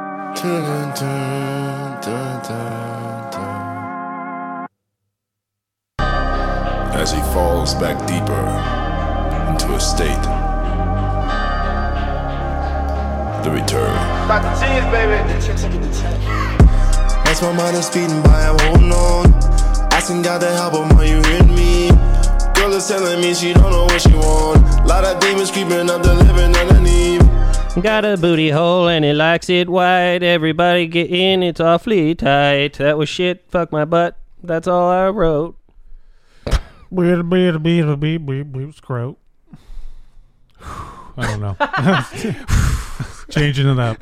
dun, dun, dun, dun, dun. As he falls back deeper into a state, the return. About the cheese, baby. That's my mind is speeding by, I'm holding on. Asking God to help him, are you hearing me? Girl is telling me she don't know what she want. Lot of demons creeping up the living underneath. Got a booty hole and he likes it wide. Everybody get in, it's awfully tight. That was shit. Fuck my butt. That's all I wrote. Weird, weird, weird, weird, weird, weird, scroat. I don't know. Changing it up.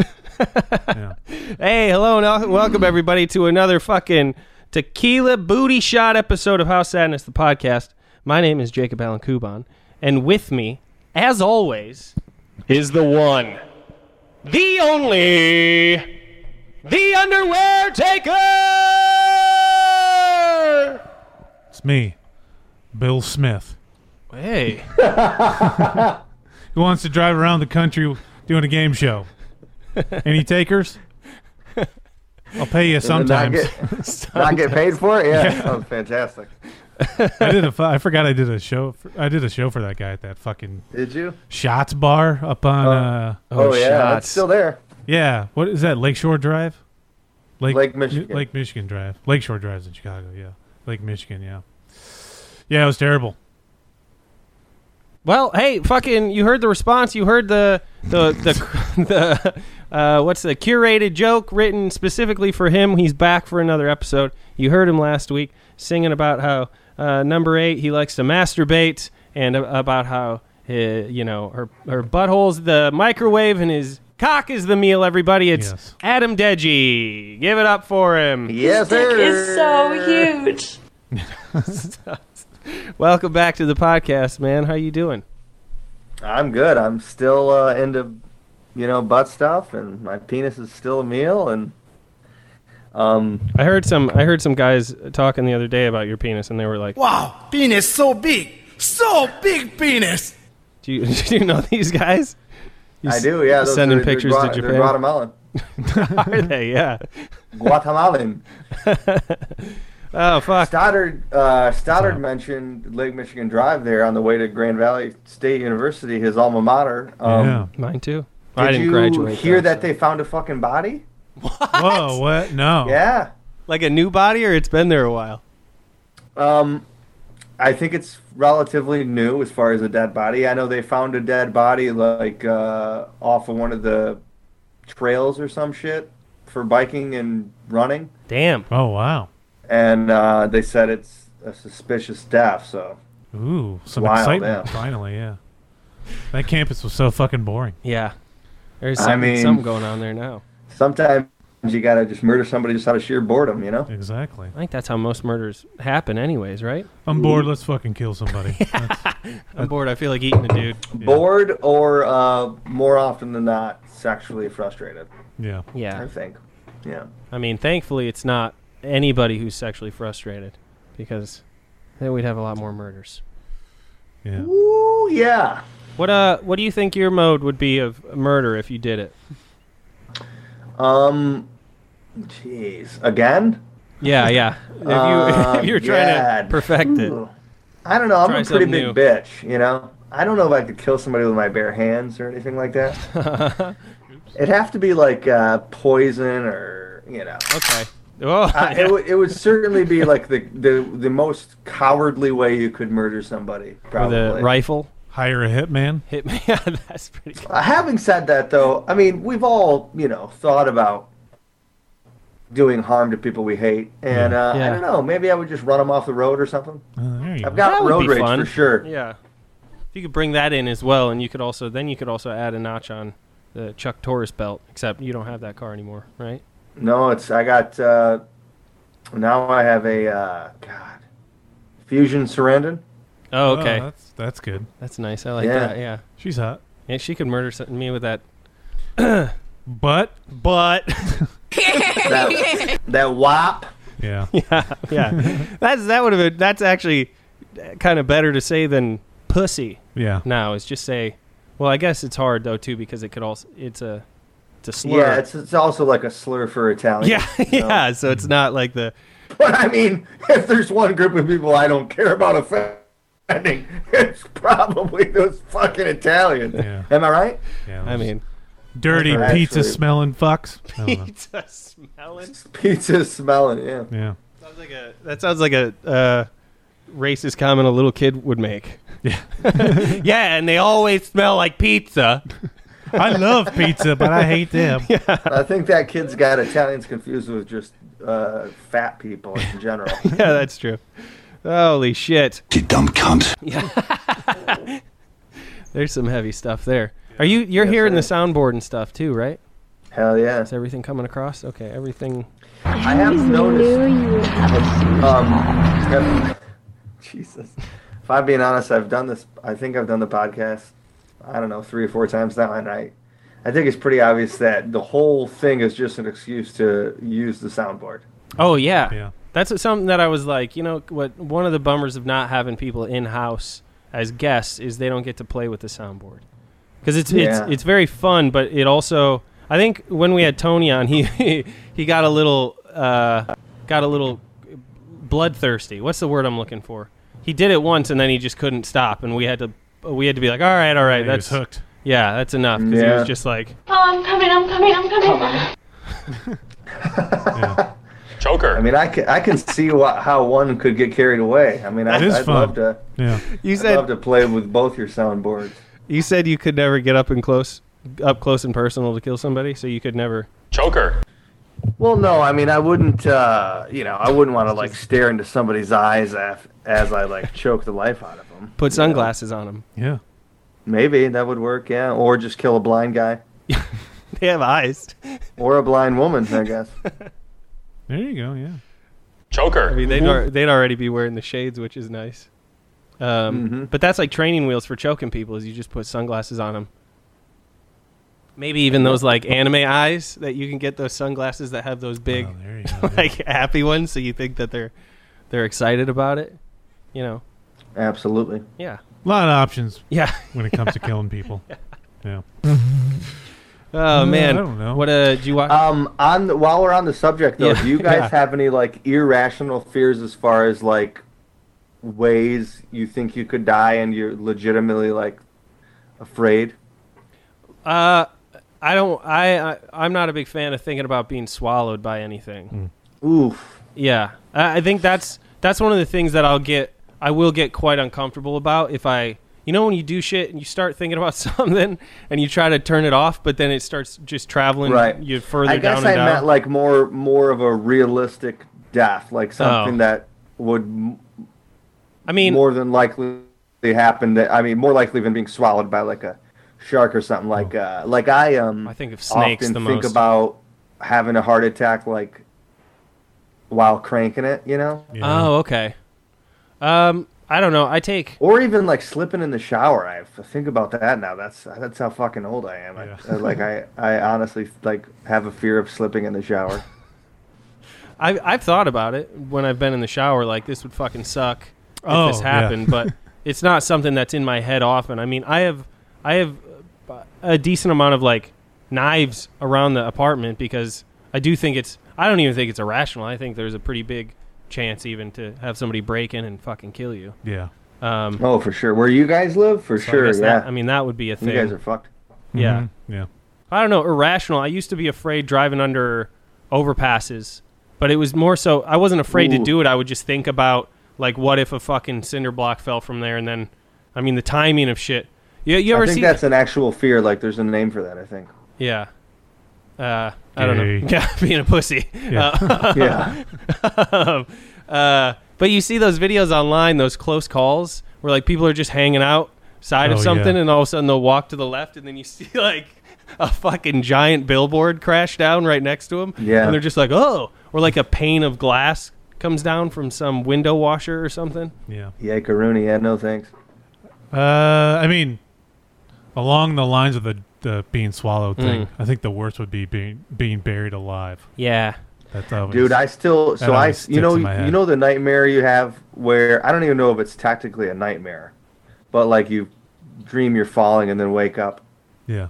Yeah. Hey, hello and el- welcome everybody to another fucking tequila booty shot episode of How Sadness the podcast. My name is Jacob Allen Kuban, and with me, as always, is the one, the only, the underwear taker. It's me, Bill Smith, Hey, who wants to drive around the country doing a game show. Any takers? I'll pay you sometimes. Did I get, did I get paid for it? Yeah, that sounds fantastic. I did a. fu- I forgot I did a show. For, I did a show for that guy at that fucking Did you? Shots Bar up on. Uh, Oh, yeah, shots. it's still there. yeah, what is that? Lakeshore Drive. Lake Michigan. Lake Michigan Drive. Lakeshore Drive's in Chicago. Yeah, Lake Michigan. Yeah, yeah. It was terrible. Well, hey, fucking! You heard the response. You heard the the the the uh, what's the curated joke written specifically for him. He's back for another episode. You heard him last week singing about how uh, number eight he likes to masturbate and a- about how uh, you know her her butthole's the microwave and his cock is the meal. Everybody, it's Yes. Adam Deji. Give it up for him. Yes, sir. is so huge. Welcome back to the podcast, man. How you doing? I'm good. I'm still uh, into, you know, butt stuff, and my penis is still a meal, and um, I heard some I heard some guys talking the other day about your penis, and they were like. Wow, penis so big, so big penis. Do you, do you know these guys? You I s- do. Yeah, those sending are- they're pictures Gua- to they're Japan. Guatemalan. Are they? Yeah. Guatemalan. Oh fuck. Stoddard uh, Stoddard mentioned Lake Michigan Drive there on the way to Grand Valley State University, his alma mater. Um, yeah. Mine too. Did I didn't you graduate. hear though, that so- they found a fucking body? Whoa. What? Oh. No. Yeah. like a new body, or it's been there a while. Um, I think it's relatively new as far as a dead body. I know they found a dead body like uh, off of one of the trails or some shit for biking and running, Damn. Oh wow. and uh, they said it's a suspicious death. So Ooh, some Wild, excitement. yeah. Finally, yeah. That campus was so fucking boring. Yeah. There's I something, mean- something going on there now. sometimes you gotta just murder somebody just out of sheer boredom, you know? Exactly. I think that's how most murders happen, anyways, right? I'm bored. Let's fucking kill somebody. That's- I'm bored. I feel like eating a dude. Bored or uh, more often than not, sexually frustrated. yeah. I Yeah. think. Yeah. I mean, thankfully, it's not anybody who's sexually frustrated, because then we'd have a lot more murders. Yeah. Ooh, yeah. What uh? What do you think your mode would be of murder if you did it? Um, jeez, again. Yeah, yeah. If, you, Uh, if you're trying to yeah. perfect it. Ooh. I don't know. I'm Try a pretty something new. big bitch, you know. I don't know if I could kill somebody with my bare hands or anything like that. It'd have to be like uh, poison or you know. Okay. Oh, Uh, it, would, it would certainly be like the, the the most cowardly way you could murder somebody. Probably. the rifle Hire a hitman. hit me. Yeah, that's pretty good. Uh, having said that, though, I mean we've all you know thought about doing harm to people we hate, and uh, Yeah. I don't know. Maybe I would just run them off the road or something. Uh, there you go. I've got That would road be rage fun. for sure. Yeah. If you could bring that in as well, and you could also then you could also add a notch on the Chuck Torres belt. Except you don't have that car anymore, right? No, it's I got uh, now I have a uh, God Fusion Sarandon. Oh, okay. that's that's good. that's nice. I like Yeah. that. Yeah. She's hot. Yeah, she could murder some- me with that. But But That that WAP. yeah. yeah, that's that would have been. That's actually kind of better to say than pussy. Yeah. now is just say well i guess it's hard though too because it could also it's a to slur. Yeah, it's, it's also like a slur for Italian. yeah, yeah. So it's not like the But I mean, if there's one group of people I don't care about offending, it's probably those fucking Italians. Yeah. Am I right? Yeah, I mean dirty Actually- pizza smelling fucks. I don't know. pizza smelling. Pizza smelling, yeah. Yeah. Sounds like a that sounds like a uh, racist comment a little kid would make. Yeah. yeah, and they always smell like pizza. I love pizza, but I hate them. I think that kid's got Italians confused with just uh, fat people in general. yeah, that's true. Holy shit. You dumb cunt. There's some heavy stuff there. Are you you're hearing sir. the soundboard and stuff too, right? Hell yeah. Is everything coming across? Okay, everything I have noticed. Um, have- Um, Jesus. If I'm being honest, I've done this. I think I've done the podcast. I don't know three or four times now, and I, I think it's pretty obvious that the whole thing is just an excuse to use the soundboard. Oh yeah. Yeah. That's what- something that I was like, you know, what one of the bummers of not having people in house as guests is they don't get to play with the soundboard. Cuz it's Yeah. it's it's very fun, but it also I think when we had Tony on, he he got a little uh got a little bloodthirsty. What's the word I'm looking for? He did it once and then he just couldn't stop and we had to we had to be like, "All right, all right, He that's was hooked. yeah, that's enough." Cuz he Yeah. was just like, Oh, I'm coming, I'm coming, I'm coming. I mean, I can, I can see what, how one could get carried away. I mean, I, is I'd fun. love to. Yeah. "You I'd love to play with both your soundboards. You said you could never get up and close, up close and personal to kill somebody, so you could never. Well, no, I mean, I wouldn't. Uh, you know, I wouldn't want to like stare into somebody's eyes af- as I like choke the life out of them. Put sunglasses on 'em. on them. Yeah. Maybe that would work, yeah. Or just kill a blind guy They have eyes. or a blind woman, I guess. There you go. Yeah. I mean, they'd, al- they'd already be wearing the shades, which is nice. Um, But that's like training wheels for choking people. Is you just put sunglasses on them. Maybe even those like anime eyes that you can get those sunglasses that have those big, Oh, there you go. yeah. like happy ones, so you think that they're they're excited about it. You know? Absolutely. Yeah. A lot of options Yeah. when it comes to killing people. Yeah. Oh man. I don't know. What uh, do you watch? Um, on the, while we're on the subject though, Yeah, do you guys yeah. have any like irrational fears as far as like ways you think you could die and you're legitimately like afraid? Uh, I don't. I, I I'm not a big fan of thinking about being swallowed by anything. Hmm. Oof. Yeah, I, I think that's that's one of the things that I'll get. I will get quite uncomfortable about if I. You know when you do shit and you start thinking about something and you try to turn it off, but then it starts just traveling Right. you further I guess down I and down. meant like more more of a realistic death, like something Oh. that would m- I mean, more than likely happen that I mean more likely than being swallowed by like a shark or something like uh like I um Oh. I think of snakes often the think most. about having a heart attack like while cranking it, you know? Yeah. oh, okay. Um, I don't know. I take. Or even like slipping in the shower. I f- think about that now. That's that's how fucking old I am. I- Yeah. I, like I I honestly like have a fear of slipping in the shower. I I've thought about it when I've been in the shower. Like this would fucking suck. if Oh, this yeah. happened, but it's not something that's in my head often. I mean, I have I have uh, a decent amount of like knives around the apartment because I do think it's I don't even think it's irrational. I think there's a pretty big chance even to have somebody break in and fucking kill you. Yeah. Um, Oh, for sure. Where you guys live, for so I sure. guess yeah. that- I mean, that would be a you thing. guys are fucked. yeah. Mhm. Yeah. I don't know, irrational. I used to be afraid driving under overpasses, but it was more so I wasn't afraid to Ooh. do it. I would just think about like what if a fucking cinder block fell from there and then I mean the timing of shit. You, you ever I think see that's an actual fear. Like there's a name for that. I think. Yeah. Uh, I don't know. Gay. Yeah, being a pussy. Uh. Yeah. um, uh, but you see those videos online, those close calls where like people are just hanging out side Oh, of something, yeah. and all of a sudden they'll walk to the left, and then you see like a fucking giant billboard crash down right next to them. Yeah. and they're just like, oh, or like a pane of glass comes down from some window washer or something. Yeah. Yeah, Rooney. Yeah, no thanks. Uh, I mean, along the lines of the, the being swallowed Mm. thing, I think the worst would be being being buried alive. Yeah, That's always, Dude, I still so That I always you know sticks in my head. you know the nightmare you have where I don't even know if it's tactically a nightmare, but like you dream you're falling and then wake up. yeah.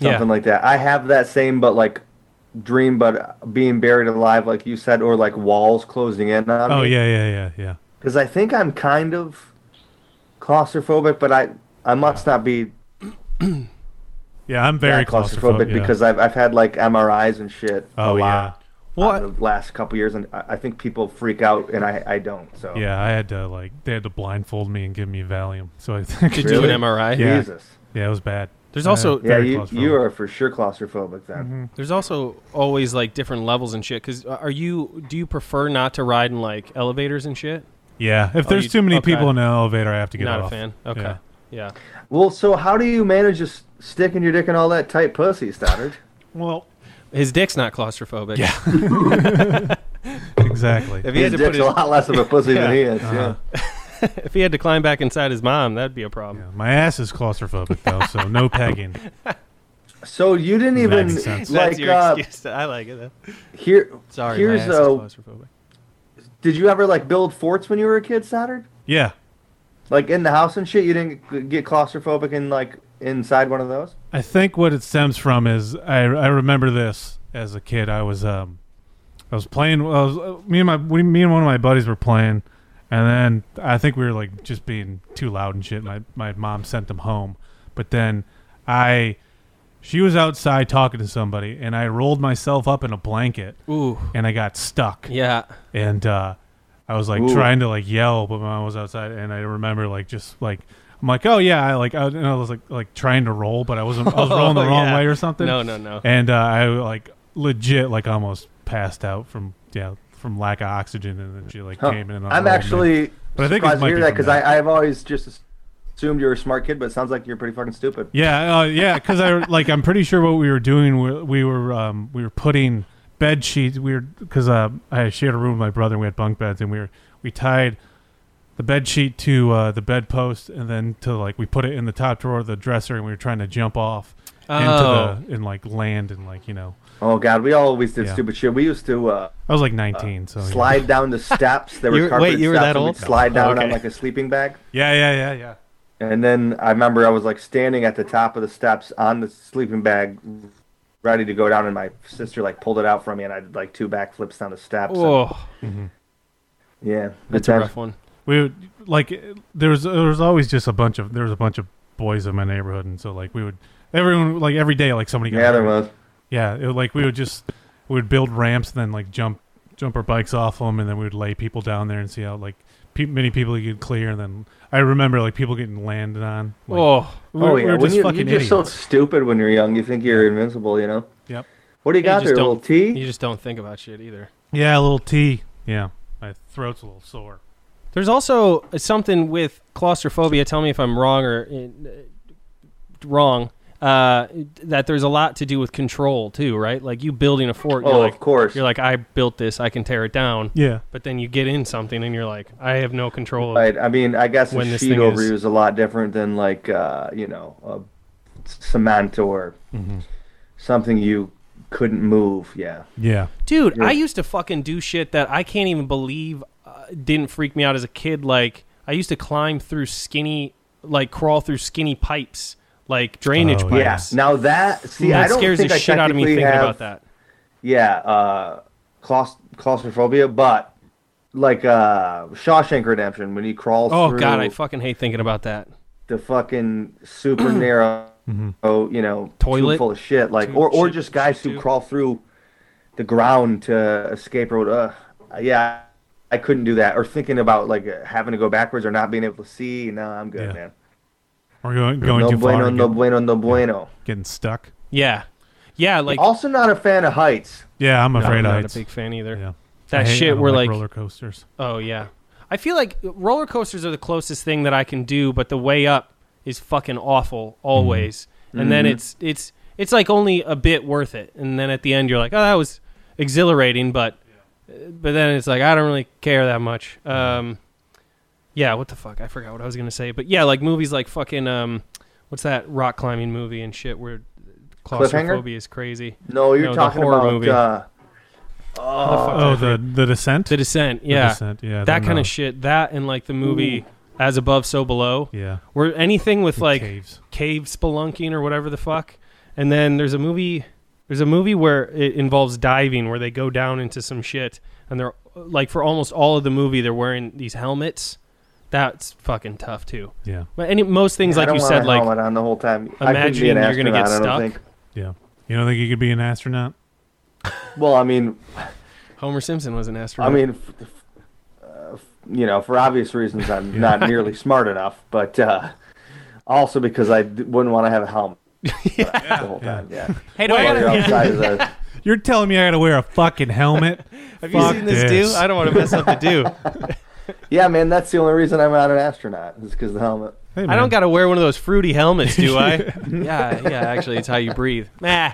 Yeah. something like that. I have that same, but like dream, but being buried alive, like you said, or like walls closing in on Oh me. yeah, yeah, yeah, yeah. Because I think I'm kind of claustrophobic, but I I must not be Yeah, I'm very that claustrophobic, claustrophobic, yeah. because I've I've had like MRIs and shit. Oh, a yeah. lot Well, in the last couple years, and I I think people freak out, and I I don't. So yeah, I had to like they had to blindfold me and give me Valium. So I think Did you do Really? an MRI? Yeah. Jesus. yeah, it was bad. There's I had also- Yeah, Yeah, very you, claustrophobic. you are for sure claustrophobic then. There's also always like different levels and shit. Because are you? Do you prefer not to ride in like elevators and shit? Yeah, if there's Oh, you- too many okay. people in an elevator, I have to get not off. a fan. Okay. Yeah. Yeah. Well, so how do you manage just sticking your dick in all that tight pussy, Stoddard? Well, His dick's not claustrophobic. Yeah. exactly. If he His had to put dick's his, Uh-huh. a lot less of a pussy than he is. Yeah. if he had to climb back inside his mom, that'd be a problem. Yeah, my ass is claustrophobic though, so no pegging. So you didn't even makes sense. That's like your uh, excuse. I like it. Though. here. Sorry, here's uh, my ass a. is claustrophobic. Did you ever like build forts when you were a kid, Stoddard? Yeah, Like in the house and shit. You didn't get claustrophobic in like inside one of those. I think what it stems from is I, I remember this as a kid. I was um I was playing. I was, uh, me and my we, me and one of my buddies were playing, and then I think we were like just being too loud and shit. My my mom sent them home, but then I she was outside talking to somebody, and I rolled myself up in a blanket, Ooh. and I got stuck. Yeah. and uh, I was like Ooh. trying to like yell, but my mom was outside, and I remember like just like I'm like, oh yeah, I like I, was- and I was like like trying to roll, but I wasn't I was rolling the Oh, wrong yeah. way or something. No, no, no. And uh, I like legit like almost passed out from yeah from lack of oxygen, and then she like Huh. came in. And unrolled I'm me. actually But I think it surprised might to hear be that from because that. I've always just assumed you were a smart kid, but it sounds like you're pretty fucking stupid. Yeah, uh, yeah, because I like I'm pretty sure what we were doing we, we were um, we were putting bed sheets. We were because uh, I shared a room with my brother. and We had bunk beds, and we were we tied the bed sheet to uh, the bed post, and then to like we put it in the top drawer of the dresser, and we were trying to jump off Oh. into the and like land and like you know Oh god, we always did Yeah. stupid shit. We used to uh, I was like 19, so yeah. slide down the steps. There You were were- carpet wait, you were steps, that and we'd old? Slide down on Okay. like a sleeping bag. Yeah, yeah, yeah, yeah. And then I remember I was like standing at the top of the steps on the sleeping bag, ready to go down, and my sister like pulled it out from me, and I did like two backflips down the steps. and- Oh, yeah, good that's a times. rough one. we would like there was there was always just a bunch of there was a bunch of boys in my neighborhood and so like we would everyone like every day like somebody got Yeah, there hurt. was. yeah it, would, like we would just we would build ramps and then like jump jump our bikes off them and then we would lay people down there and see how like pe- many people you could clear and then I remember like people getting landed on like, Oh, we were, Oh we yeah, were when just you, fucking you're just so idiots stupid when you're young, you think you're invincible. You know. yep What do you you got just there, don't- little T? you just don't think about shit either. yeah a little T yeah my throat's a little sore There's also something with claustrophobia. Tell me if I'm wrong or uh, wrong. Uh, that there's a lot to do with control too, right? Like you building a fort. Oh, you're like, of course. You're like, I built this. I can tear it down. yeah But then you get in something and you're like, I have no control. Of Right. I mean, I guess oh, when a this sheet thing over is- you is a lot different than like uh, you know uh, cement or Mm-hmm. something you couldn't move. Yeah. yeah Dude, I used to fucking do shit that I can't even believe uh, didn't freak me out as a kid. Like I used to climb through skinny, like crawl through skinny pipes, like drainage Oh, yeah. Yeah. pipes. Now that see, that I don't scares think the I shit out of me technically thinking have, about that. Yeah, uh, claust- claustrophobia, but like uh, Shawshank Redemption when he crawls Oh through god, I fucking hate thinking about that. the fucking super narrow, you know, tube Mm-hmm. Toilet? full of shit, like Tube- or or shit- just guys who tube. crawl through the ground to escape or uh, yeah. I couldn't do that, or thinking about like having to go backwards or not being able to see. No, I'm good, Yeah. man. we're going going no too bueno, far and no get- bueno, no bueno. getting stuck Yeah, yeah, like Also, not a fan of heights. yeah I'm No, afraid I'm not I a big fan either. yeah I That hate- I shit, don't we're like, roller coasters oh yeah. I feel like roller coasters are the closest thing that I can do, but the way up is fucking awful always. And then it's it's it's like only a bit worth it, and then at the end you're like, oh, that was exhilarating, but uh, but then it's like I don't really care that much. Um, yeah, what the fuck? I forgot what I was gonna say, but yeah, like movies like fucking um, what's that rock climbing movie and shit where claustrophobia is crazy. No, you're No, the talking horror about movie. uh, Oh, the the descent. The Descent, yeah, Descent, yeah, that then, kind uh, of shit. That and like the movie As Above, So Below, yeah, where anything with like caves. cave spelunking or whatever the fuck. And then there's a movie. There's a movie where it involves diving, where they go down into some shit, and they're like for almost all of the movie they're wearing these helmets. That's fucking tough too. Yeah. But any most things I like don't you want said, a like helmet on the whole time. imagining I you're gonna going to get I stuck. don't think. Yeah. You don't think you could be an astronaut? Well, I mean, Homer Simpson was an I astronaut. mean, f- f- uh, f- you know, for obvious reasons, I'm not nearly smart enough, but uh, also because I d- wouldn't want to have a helmet the whole time. Yeah. hey, do I While gotta- you're outside of the- You're telling me I gotta wear a fucking helmet? have you Fuck seen this, this. do? I don't want to mess up the do. yeah, man, that's the only reason I'm not an astronaut is because the helmet. Hey, I man. don't got to wear one of those fruity helmets, do I? yeah, yeah. Actually, it's how you breathe. Nah,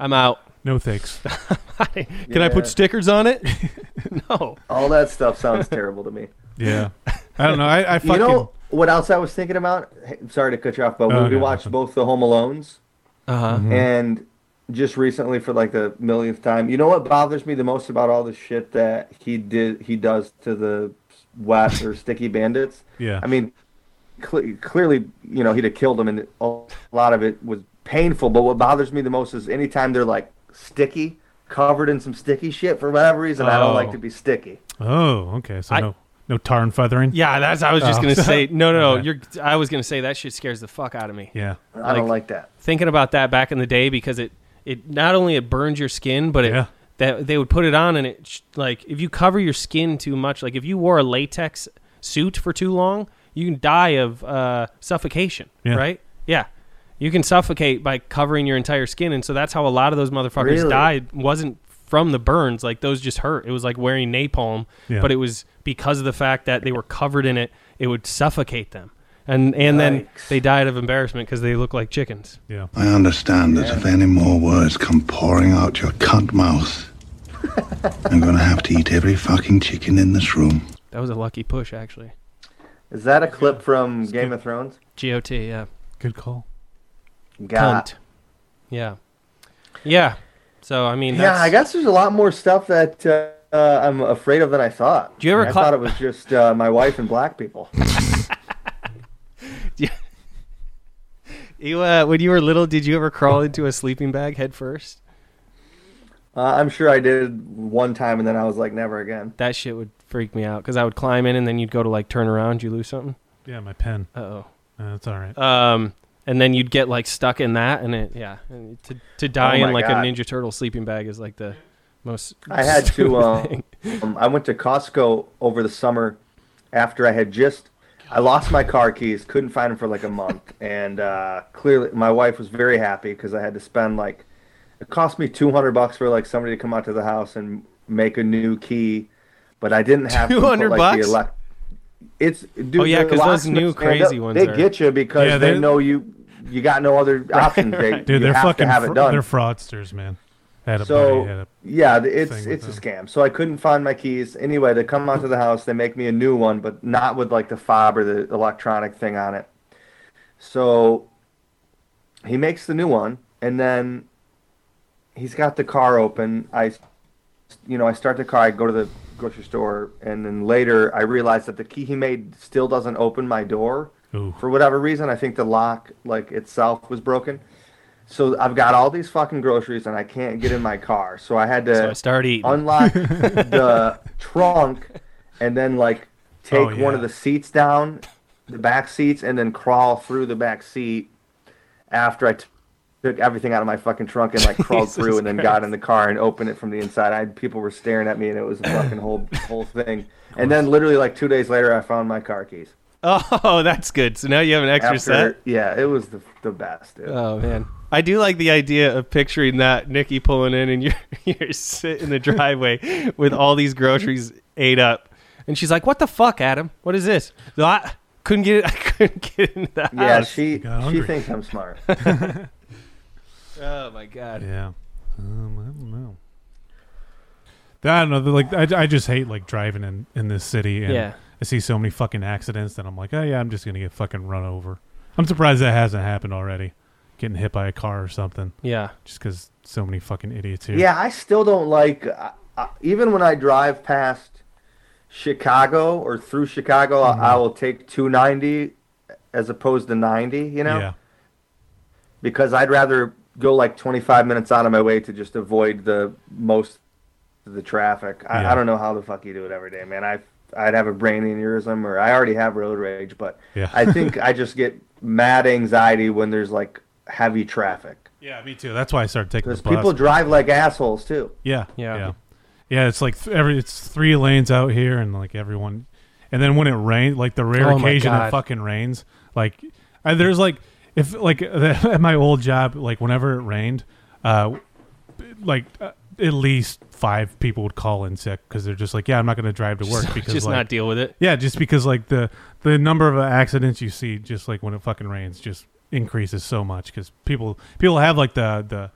I'm out. No thanks. Can I Yeah. put stickers on it? no. All that stuff sounds terrible to me. Yeah. I don't know. I, I fucking. You know what else I was thinking about? Hey, sorry to cut you off, but Oh, we, we no. watched both the Home Alones Uh huh. and just recently for like the millionth time. You know what bothers me the most about all the shit that he did he does to the wet or sticky bandits? yeah. I mean, cle clearly, you know, he'd have killed him, and a lot of it was painful. But what bothers me the most is anytime they're like sticky, covered in some sticky shit for whatever reason. I Oh. don't like to be sticky. oh, okay. So I- no, no tar and feathering. Yeah, that's. I was just Oh. gonna say. No, no, no. Okay. You're. I was gonna say that shit scares the fuck out of me. Yeah. I don't like that. Thinking about that back in the day because it, it not only it burns your skin, but it Yeah. that they would put it on and it sh- like if you cover your skin too much, like if you wore a latex suit for too long, you can die of uh, suffocation. Yeah. Right? Yeah. You can suffocate by covering your entire skin, and so that's how a lot of those motherfuckers Really? died. wasn't from the burns, like those just hurt. It was like wearing napalm, Yeah. but it was because of the fact that they were covered in it. It would suffocate them, and and then Yikes. they died of embarrassment because they look like chickens. Yeah. I understand that if any more words come pouring out your cunt mouth, I'm going to have to eat every fucking chicken in this room. That was a lucky push, actually. Is that a clip from Game of Thrones? Got yeah. Good call. God. Cunt. Yeah. Yeah. So I mean, Yeah, that's, I guess there's a lot more stuff that uh, uh, I'm afraid of than I thought. Do you ever I cla- thought it was just uh, my wife and black people. you, uh, when you were little, did you ever crawl into a sleeping bag head first? Uh, I'm sure I did one time, and then I was like, never again. That shit would freak me out because I would climb in and then you'd go to like turn around, you lose something. Yeah, my pen. Uh Uh, That's all right. oh. Um, and then you'd get like stuck in that, and it yeah, and to to die Oh my in like God. a Ninja Turtle sleeping bag is like the most. I had to. stupid Uh, thing. um, I went to Costco over the summer after I had just. I lost my car keys, couldn't find them for like a month, and uh, clearly my wife was very happy because I had to spend like it cost me two hundred bucks for like somebody to come out to the house and make a new key, but I didn't have to put, 200 like, bucks? The elec- it's dude, Oh, yeah, the 'cause those locksmiths, new man, crazy they, ones They are- get you because Yeah, they they- know you you got no other options. They, Dude, you they're have fucking. to have fr- it done They're fraudsters, man. Had a buddy. Had so a, yeah, th- it's thing with it's a scam. So I couldn't find my keys. Anyway, they come out to the house. They make me a new one, but not with like the fob or the electronic thing on it. So he makes the new one, and then he's got the car open. I, you know, I start the car. I go to the grocery store, and then later I realize that the key he made still doesn't open my door ooh. for whatever reason, I think the lock like itself was broken. So I've got all these fucking groceries and I can't get in my car. So I had to So I started eating. unlock the trunk and then like take Oh, one yeah. of the seats down, the back seats, and then crawl through the back seat after I t- took everything out of my fucking trunk and like crawled Jesus through and then got in the car and opened it from the inside. I had people were staring at me and it was a fucking whole whole thing. And then literally like two days later, I found my car keys. oh, that's good. So now you have an extra set. Yeah, it was the, the best. Dude. Oh man, I do like the idea of picturing that Nikki pulling in and you're you're sitting in the driveway with all these groceries ate up, and she's like, "What the fuck, Adam? What is this?" No, I couldn't get it. I couldn't get into the yeah, house. she Oh, got she hungry. thinks I'm smart. oh my god. Yeah. Um, I don't know. I don't know. they're Like I, I just hate like driving in in this city. And Yeah. I see so many fucking accidents that I'm like, oh yeah, I'm just gonna get fucking run over. I'm surprised that hasn't happened already. Getting hit by a car or something, Yeah. just because so many fucking idiots here. yeah, I still don't like I, I, even when I drive past Chicago or through Chicago, Mm-hmm. I, I will take 290 as opposed to 90. You know, Yeah. because I'd rather go like 25 minutes out of my way to just avoid the most of the traffic. I, Yeah. I don't know how the fuck you do it every day, man. I I'd have a brain aneurysm, or I already have road rage, but Yeah. I think I just get mad anxiety when there's like heavy traffic Yeah, me too. That's why I started taking because the bus. people drive like assholes too. yeah, Yeah. yeah, yeah, It's like th- every it's three lanes out here, and like everyone. And then when it rains, like the rare Oh my occasion God. it fucking rains, like I, there's like if like at my old job, like whenever it rained, uh, like uh, at least five people would call in sick because they're just like, yeah, I'm not going to drive to work because just like, not deal with it. Yeah, just because like the the number of accidents you see just like when it fucking rains just increases so much because people people have like the the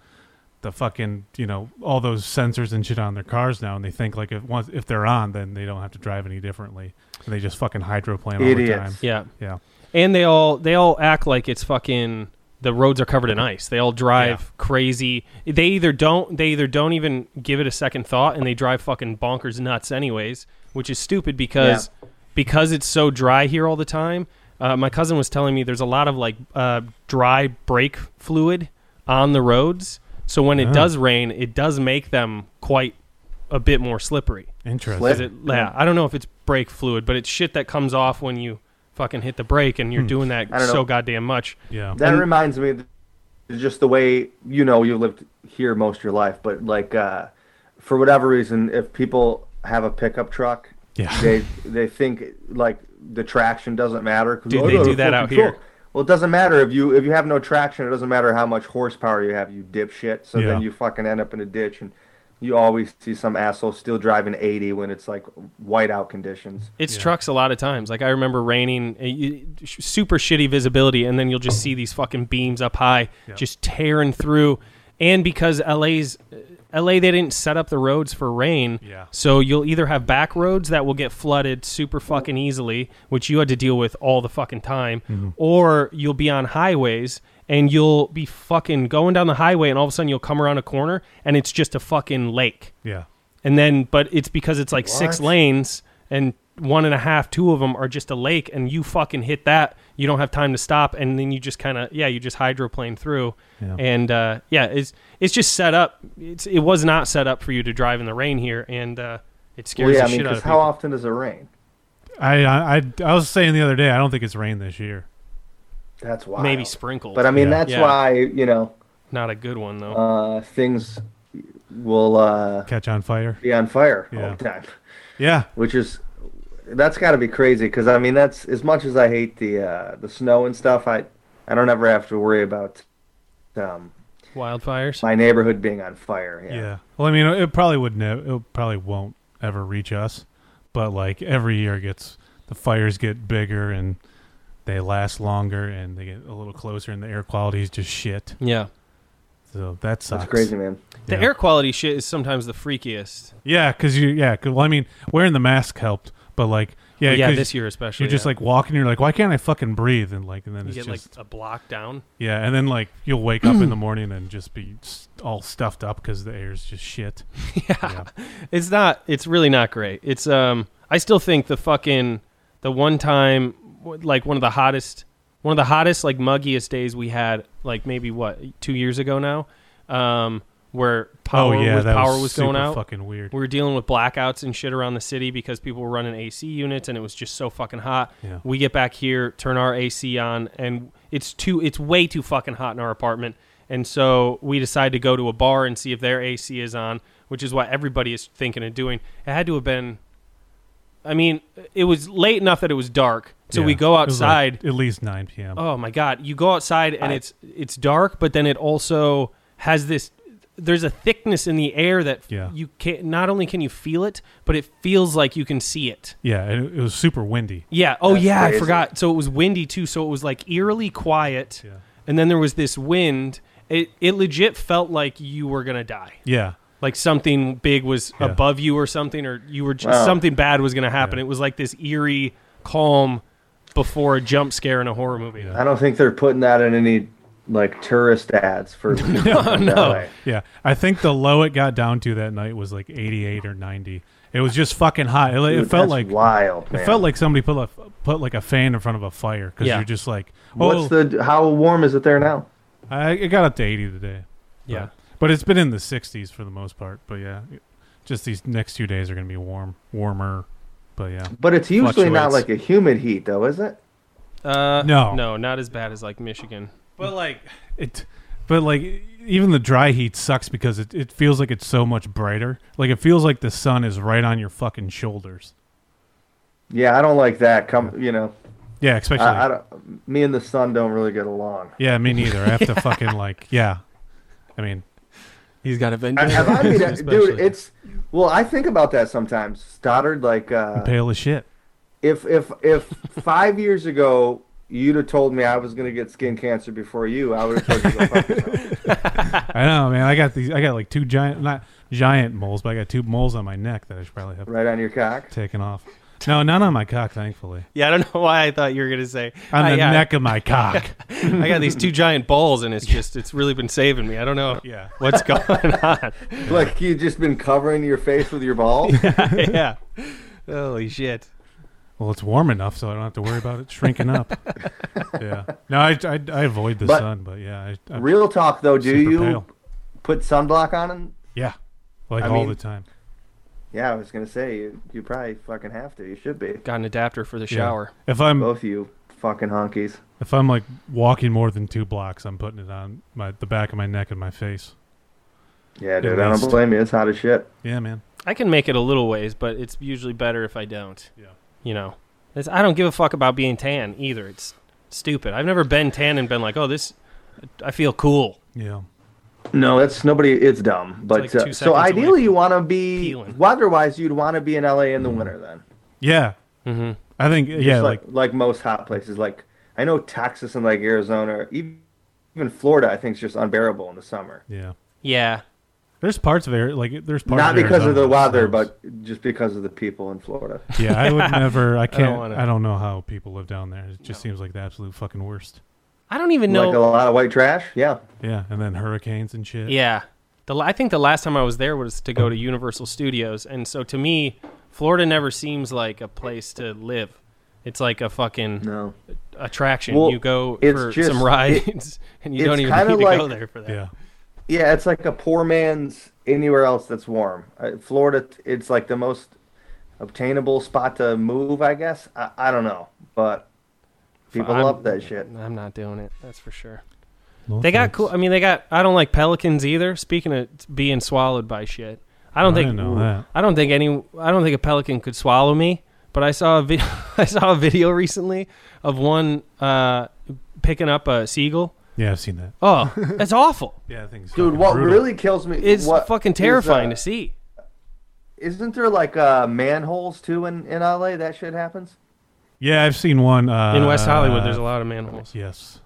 the fucking you know all those sensors and shit on their cars now and they think like if once if they're on then they don't have to drive any differently and they just fucking hydroplane all the Idiots. time. Yeah. Yeah, and they all they all act like it's fucking the roads are covered in ice. They all drive Yeah. crazy. They either don't they either don't even give it a second thought and they drive fucking bonkers nuts anyways, which is stupid because because it's so dry here all the time. Uh, my cousin was telling me there's a lot of like uh, dry brake fluid on the roads, so when it Oh. does rain, it does make them quite a bit more slippery. interesting. Flip. Is it? Yeah, I don't know if it's brake fluid, but it's shit that comes off when you fucking hit the brake, and you're doing that Hmm. I don't so know. goddamn much. Yeah, That reminds me, of just the way you know you lived here most of your life, but like uh, for whatever reason, if people have a pickup truck, Yeah. they they think like the traction doesn't matter. 'cause, Dude, "Oh, they no, do it's that full out control." here. Well, it doesn't matter if you if you have no traction. It doesn't matter how much horsepower you have, you dipshit. So Yeah. then you fucking end up in a ditch, and you always see some asshole still driving 80 when it's like whiteout conditions. It's trucks a lot of times. Like I remember raining, uh, you- sh- super shitty visibility, and then you'll just see these fucking beams up high, just tearing through. And because LA's LA, they didn't set up the roads for rain. Yeah. So you'll either have back roads that will get flooded super fucking easily, which you had to deal with all the fucking time, or you'll be on highways and you'll be fucking going down the highway, and all of a sudden you'll come around a corner and it's just a fucking lake yeah, and then but it's because it's like six What? lanes and one and a half two of them are just a lake and you fucking hit that you don't have time to stop and then you just kind of yeah you just hydroplane through Yeah. and uh, yeah it's it's just set up it's it was not set up for you to drive in the rain here and uh, it scares Well, yeah, the I mean, shit out because of how people. often does it rain? I, I I I was saying the other day I don't think it's rained this year. That's why maybe sprinkled But I mean, Yeah. that's Yeah. why you know not a good one though uh, things will uh, Catch on fire. be on fire all Yeah. the time, Yeah, which is that's got to be crazy. Because I mean, that's as much as I hate the uh, the snow and stuff. I I don't ever have to worry about um, wildfires my neighborhood being on fire. Yeah. Yeah. Well, I mean, it probably would never. It probably won't ever reach us, but like every year gets the fires get bigger and they last longer and they get a little closer and the air quality is just shit. yeah So that sucks. That's crazy, man. the Yeah. air quality shit is sometimes the freakiest Yeah, because you. Yeah. 'cause- well, I mean, wearing the mask helped, but like, yeah, yeah 'cause this year especially You're just yeah. like walking. You're like, why can't I fucking breathe? And like, and then you it's get just like a block down yeah. And then like you'll wake up in the morning and just be s- all stuffed up because the air's just shit. Oh, yeah. It's not it's really not great. It's um I still think the fucking the one time w- like one of the hottest one of the hottest like muggiest days we had like maybe what 2 years ago now um where power oh yeah, was that power was, was, going super out. Fucking weird. We were dealing with blackouts and shit around the city because people were running AC units and it was just so fucking hot. Yeah. We get back here, turn our AC on, and it's too it's way too fucking hot in our apartment. And so we decide to go to a bar and see if their AC is on, which is what everybody is thinking of doing. It had to have been I mean, it was late enough that it was dark. So Yeah. we go It was like outside at least 9 p.m. Oh my god, you go outside and it's it's dark, but then it also has this there's a thickness in the air that Yeah. you can not only can you feel it, but it feels like you can see it. Yeah, and it, it was super windy. Yeah. Oh That's yeah, I crazy. forgot. So it was windy too, so it was like eerily quiet. Yeah. And then there was this wind. It it legit felt like you were going to die. Yeah, Like something big was Yeah. above you or something or you were just, Wow. something bad was going to happen. Yeah. It was like this eerie calm before a jump scare in a horror movie. I don't think they're putting that in any like tourist ads for no. yeah. I think the low it got down to that night was like 88 or 90. It was just fucking hot. It, it felt like wild. it man. felt like somebody put a put like a fan in front of a fire because Yeah. you're just like, oh, What's the how warm is it there now? I, it got up to 80 today. Yeah. But it's been in the 60s for the most part. But yeah, it- just these next two days are going to be warm, warmer. But yeah, But it's usually not Fluctuates. like a humid heat, though, is it? Uh, No. no, not as bad as like Michigan. but like it, but like even the dry heat sucks because it, it feels like it's so much brighter. Like it feels like the sun is right on your fucking shoulders. Yeah, I don't like that. Come, you know, Yeah, especially. I, I don't, me and the sun don't really get along. yeah, me neither. I have to fucking like yeah. I mean, He's got a I, vendetta. if I meet a- dude, especially. it's well, I think about that sometimes. Stoddard, like, uh, pale as shit. if if if five years ago you'd have told me I was gonna get skin cancer before you, I would have told you. to Go fuck yourself. I know, man. I got these. I got like two giant, not giant moles, but I got two moles on my neck that I should probably have right on your cock. taken off. No, not on my cock, thankfully. yeah, I don't know why I thought you were gonna say. On I, Uh, the yeah, neck of my cock. I got these two giant balls, and it's just it's really been saving me. I don't know yeah. what's going on. Like you just been covering your face with your ball. yeah. Holy shit. Well, it's warm enough, so I don't have to worry about it shrinking up. yeah. No, I, I, I avoid the But- sun, but yeah, I, I'm Real talk though, do super you pale. put sunblock on? 'em? Yeah, like I all mean- the time. Yeah, I was gonna say you, you probably fucking have to. You should be. Got an adapter for the Yeah. shower. If I'm Both of you fucking honkies. if I'm like walking more than two blocks, I'm putting it on my the back of my neck and my face. Yeah, dude, At I least. don't blame you. It's hot as shit. Yeah, man. I can make it a little ways, but it's usually better if I don't. Yeah. You know, it's, I don't give a fuck about being tan either. It's stupid. I've never been tan and been like, oh, this, I feel cool. Yeah. No, that's nobody. It's dumb. But like two uh, seconds so away from ideally, you want to be peeling. Mm-hmm. weather-wise, you'd want to be in LA in the winter then. Yeah. Mhm. I think yeah, Just like, like like most hot places. Like I know Texas and like Arizona, even even Florida, I think is just unbearable in the summer. yeah. Yeah. There's parts of it like there's parts Not of because Arizona of the that weather, sucks. but just because of the people in Florida. yeah, I would never. I can't. I don't, wanna- know how people live down there. It just seems like the absolute fucking worst. I don't even know. Like a lot of white trash. Yeah. Yeah, and then hurricanes and shit. Yeah. The, la- I think the last time I was there was to go to Universal Studios. And so to me, Florida never seems like a place to live. It's like a fucking No. attraction. Well, you go it's for just- some rides and you it's don't even kinda need to go like- there for that. yeah, Yeah, it's like a poor man's anywhere else that's warm. Uh, Florida, it's like the most obtainable spot to move, I guess. I, I don't know, but people I'm- love that shit. I'm not doing it. That's for sure. No They got thanks. cool. I mean, they got. I don't like pelicans either. Speaking of being swallowed by shit, I don't I think. didn't know that. I don't think any. I don't think a pelican could swallow me. But I saw a video. I saw a video recently of one uh, picking up a seagull. Yeah, I've seen that. Oh, that's awful. Yeah, things. Dude, what really kills me It's what fucking is, terrifying uh, to see. Isn't there like uh, manholes too in, in LA? That shit happens. Yeah, I've seen one uh, In West Hollywood, there's a lot of manholes. Yes,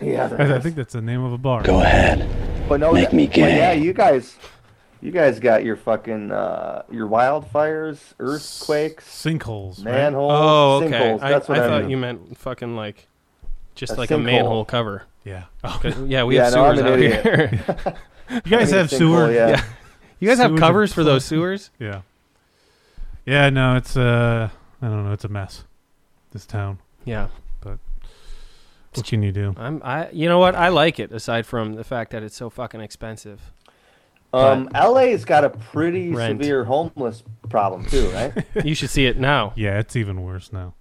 Yeah, I, I think that's the name of a bar. Go ahead. but no, make me but yeah, gay. you guys, you guys got your fucking uh, your wildfires, earthquakes, Sinkholes. right? manholes, Oh, okay. sinkholes. I, I That's what I, thought mean. you meant fucking like, just A like a sinkhole. manhole cover. Yeah. Oh, 'Cause- Yeah, we Yeah, have no, I'm sewers an out idiot. here. you guys I mean, have sinkhole, sewer. yeah. You guys have Sewers are covers for those sewers? Yeah. Yeah. No, it's uh, I don't know. It's a mess. This town. Yeah. What can you do? I'm I you know what? I like it aside from the fact that it's so fucking expensive. Um, LA's got a pretty Rent. severe homeless problem too, right? You should see it now. Yeah, it's even worse now.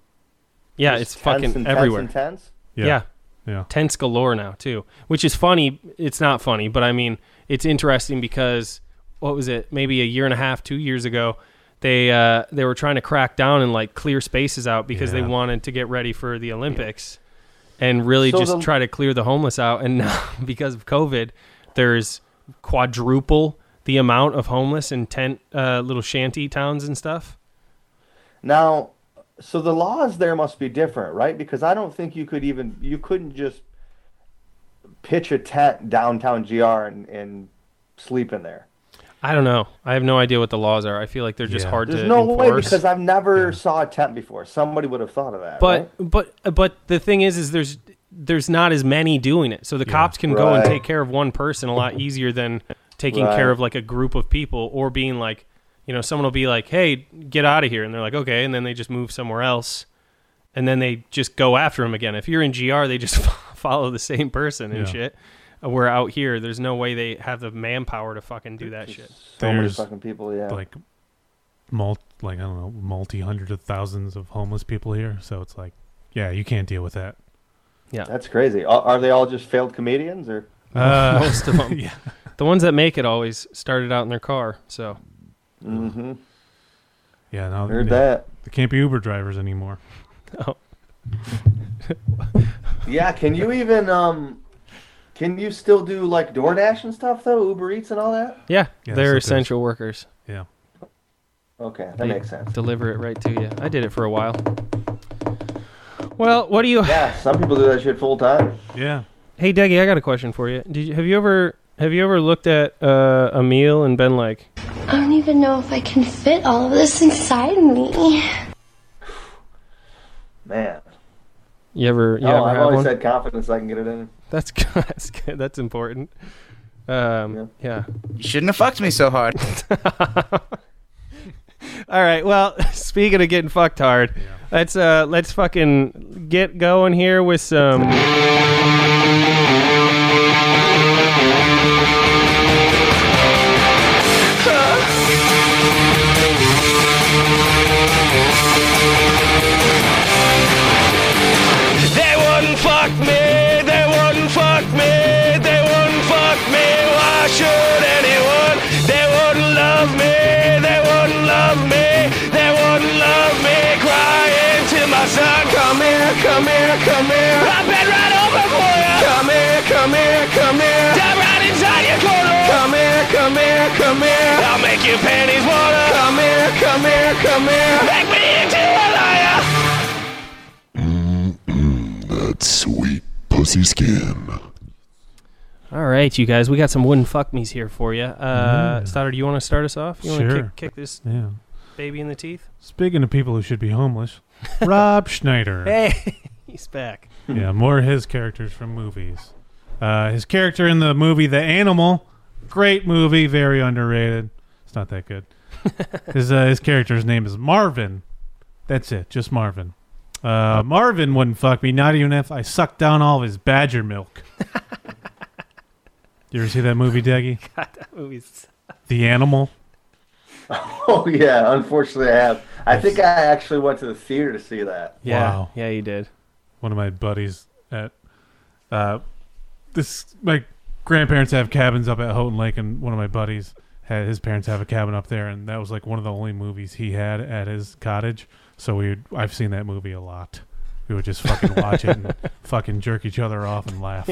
Yeah, There's it's tents fucking and tents everywhere. and tents. yeah. Yeah. Tents galore now too. Which is funny. It's not funny, but I mean it's interesting because what was it, maybe a year and a half, two years ago, they uh, they were trying to crack down and like clear spaces out because they Yeah. wanted to get ready for the Olympics and really So just the- try to clear the homeless out. And now because of COVID, there's quadruple the amount of homeless in tent uh, little shanty towns and stuff. Now, so the laws there must be different, right? Because I don't think you could even you couldn't just pitch a tent downtown GR and, and sleep in there. I don't know. I have no idea what the laws are. I feel like they're just Yeah. hard There's to no enforce. way because I've never saw a tent before. Somebody would have thought of that. but right? but but the thing is is there's there's not as many doing it so the cops can go and Right. take care of one person a lot easier than taking care Right. of like a group of people or being like you know someone will be like hey get out of here and they're like okay and then they just move somewhere else and then they just go after him again if you're in gr they just follow the same person and Yeah. shit we're out here. There's no way they have the manpower to fucking do that shit. So many There's, fucking people. Yeah. like mult like I don't know, multi hundreds of thousands of homeless people here. So it's like, yeah, you can't deal with that. That's crazy. Are, are they all just failed comedians or? Uh, Most of 'em. yeah, The ones that make it always started out in their car. So Mm-hmm. yeah. No, Heard they, that. they can't be Uber drivers anymore. Yeah. Can you even um? Can you still do like DoorDash and stuff though? Uber Eats and all that? yeah, Yeah, they're sometimes. essential workers. Yeah, Okay, that They makes sense. Deliver it right to you. I did it for a while. Well, what do you? Yeah, some people do that shit full time. yeah. Hey, Dougie, I got a question for you. Did you have you ever have you ever looked at uh, a meal and been like, I don't even know if I can fit all of this inside me. Man. you ever you oh, ever I've have always one? had confidence I can get it in. that's good. That's good. That's important. Um, yeah. You shouldn't have fucked me so hard. All right. Well, speaking of getting fucked hard, let's uh let's fucking get going here with some. They wouldn't fuck me, they wouldn't fuck me, they wouldn't fuck me, why should anyone? They wouldn't love me, they wouldn't love me, they wouldn't love me, crying to my son, come here, come here, come here, I bend right over for you, come here, come here, come here, dive right inside your corner, come here, come here, come here, I'll make your panties water, come here, come here, come here, make me into a liar. That sweet pussy skin. All right, you guys, we got some wooden fuck me's here for you. Uh, Stoddard, do you want to start us off? You want to Mm. Sure. kick, kick this Yeah. baby in the teeth? Speaking of people who should be homeless, Rob Schneider. Hey, he's back. Yeah, more his characters from movies. Uh, his character in the movie The Animal, great movie, very underrated. It's not that good. his uh, his character's name is Marvin. That's it, just Marvin. Uh, Marvin wouldn't fuck me, not even if I sucked down all of his badger milk. you ever see that movie, Deggy? Movies. The Animal. Oh yeah, unfortunately I have. I think I actually went to the theater to see that. Yeah, Wow. yeah, you did. one of my buddies at uh this my grandparents have cabins up at Houghton Lake and one of my buddies had his parents have a cabin up there and that was like one of the only movies he had at his cottage. So we would, I've seen that movie a lot. We would just fucking watch it and fucking jerk each other off and laugh.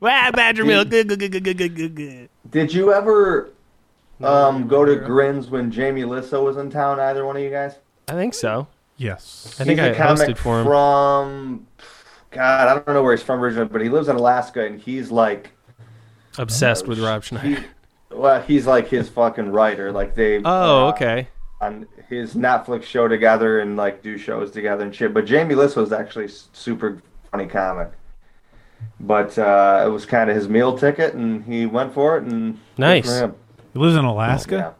Wow, badger milk. Good, good, good, good, good, good, good, good. Did you ever um, go to Grins when Jamie Lissow was in town? Either one of you guys? I think so. Yes. I think he's I a comic hosted for him. from. God, I don't know where he's from originally, but he lives in Alaska, and he's like, Obsessed with Rob he, Schneider. well, he's like his fucking writer. Like they. Oh, uh, okay. on his Netflix show together and like do shows together and shit. But Jamie Liss was actually s- super funny comic. But uh, it was kind of his meal ticket, and he went for it. And good Nice. for him. He lives in Alaska.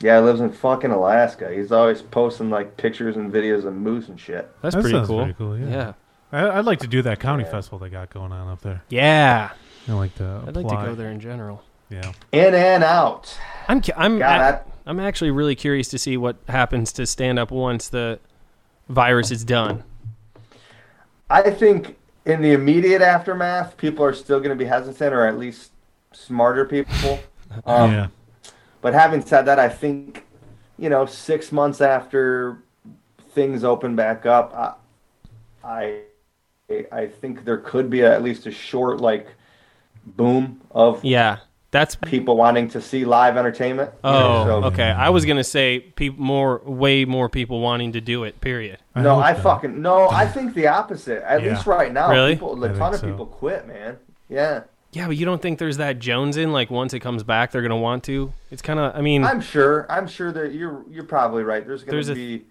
yeah, yeah. He lives in fucking Alaska. He's always posting like pictures and videos of moose and shit. That's That pretty sounds cool. pretty cool, yeah. yeah. I, I'd like to do that comedy festival they got going on up there. Yeah. I like to apply. I'd like to go there in general. Yeah. In and out. I'm cu- I'm God, I- that- I'm actually really curious to see what happens to stand up once the virus is done. I think in the immediate aftermath, people are still going to be hesitant, or at least smarter people. Um, yeah. But having said that, I think, you know, six months after things open back up, I, I, I think there could be at least a short like boom of Yeah. That's people wanting to see live entertainment. you know, Oh, okay. I was gonna say peop more, way more people wanting to do it. Period. No, hope I, so. fucking no. I think the opposite. At Yeah. least right now, Really? people, I a think ton of so. people quit, man. Yeah, Yeah, but you don't think there's that Jones in like once it comes back, they're gonna want to. It's kind of. I mean, I'm sure. I'm sure that you're you're probably right. There's gonna There's a- be.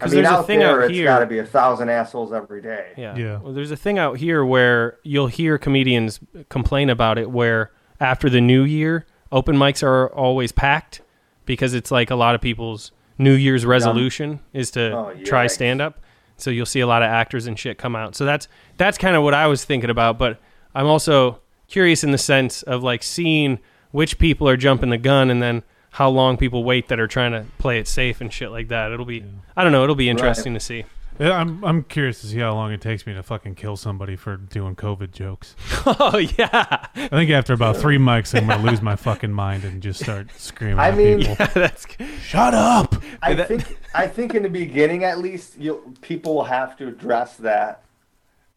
I 'cause mean, there's a out thing there, out it's here- got to be a thousand assholes every day. yeah. Yeah. Well, there's a thing out here where you'll hear comedians complain about it, where after the new year, open mics are always packed because it's like a lot of people's New Year's resolution is to Oh, try yikes. stand up. So you'll see a lot of actors and shit come out. So that's that's kind of what I was thinking about. But I'm also curious in the sense of like seeing which people are jumping the gun and then how long people wait that are trying to play it safe and shit like that. It'll be I don't know, it'll be interesting to see. Yeah, I'm I'm curious to see how long it takes me to fucking kill somebody for doing COVID jokes. Oh yeah. I think after about three mics, I'm gonna lose my fucking mind and just start screaming. I at mean- people. That's shut up! I that- think I think in the beginning at least you people will have to address that.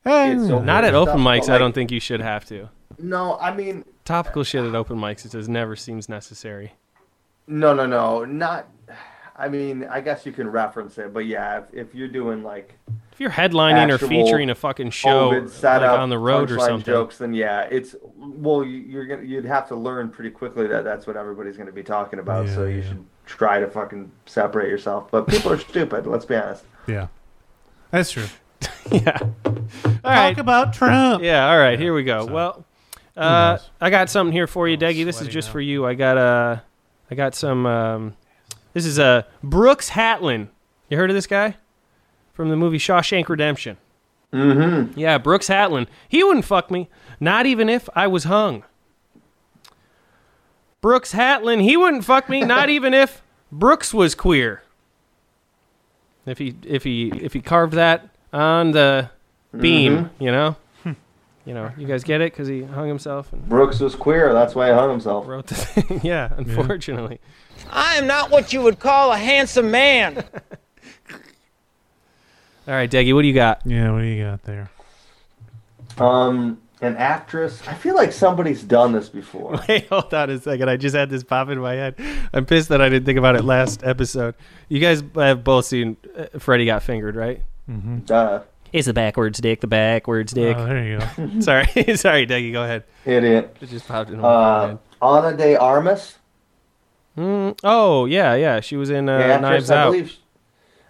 It's so- Eh, not at open Stuff, mics, but, I like- don't think you should have to. No, I mean Topical shit at open mics it just never seems necessary. no no no not I mean I guess you can reference it, but yeah, if, if you're doing like If you're headlining Actual or featuring a fucking show COVID like, setup on the road or punchline something, jokes, then yeah, it's well you- you're gonna you'd have to learn pretty quickly that that's what everybody's gonna be talking about. Yeah, so you yeah. should try to fucking separate yourself. But people are stupid. Let's be honest. Yeah, that's true. yeah. All right. Talk about Trump. Yeah, all right, here we go. so- well, uh, knows? I got something here for you, Deggy. This is sweaty just now. for you. I got uh, I got some. Um, this is uh, Brooks Hatlin. You heard of this guy from the movie Shawshank Redemption? Mm-hmm. Yeah, Brooks Hatlin. He wouldn't fuck me, not even if I was hung. Brooks Hatlin. He wouldn't fuck me, not even if Brooks was queer. If he if he if he carved that on the beam, you know you know, you guys get it because he hung himself and Brooks was queer. That's why he hung himself. wrote the thing. yeah, unfortunately. I am not what you would call a handsome man. All right, Deggy, what do you got? Yeah, what do you got there? Um, an actress. I feel like somebody's done this before. Hey, hold on a second. I just had this pop in my head. I'm pissed that I didn't think about it last episode. You guys have both seen uh, Freddy Got Fingered, right? Duh, It's the backwards dick, the backwards dick. Oh, there you go. sorry, sorry, Deggy, go ahead. idiot. It just popped in my Uh, head. Ana de Armas. Mm, oh, yeah, yeah. She was in uh, the actress, Knives I Out. believe.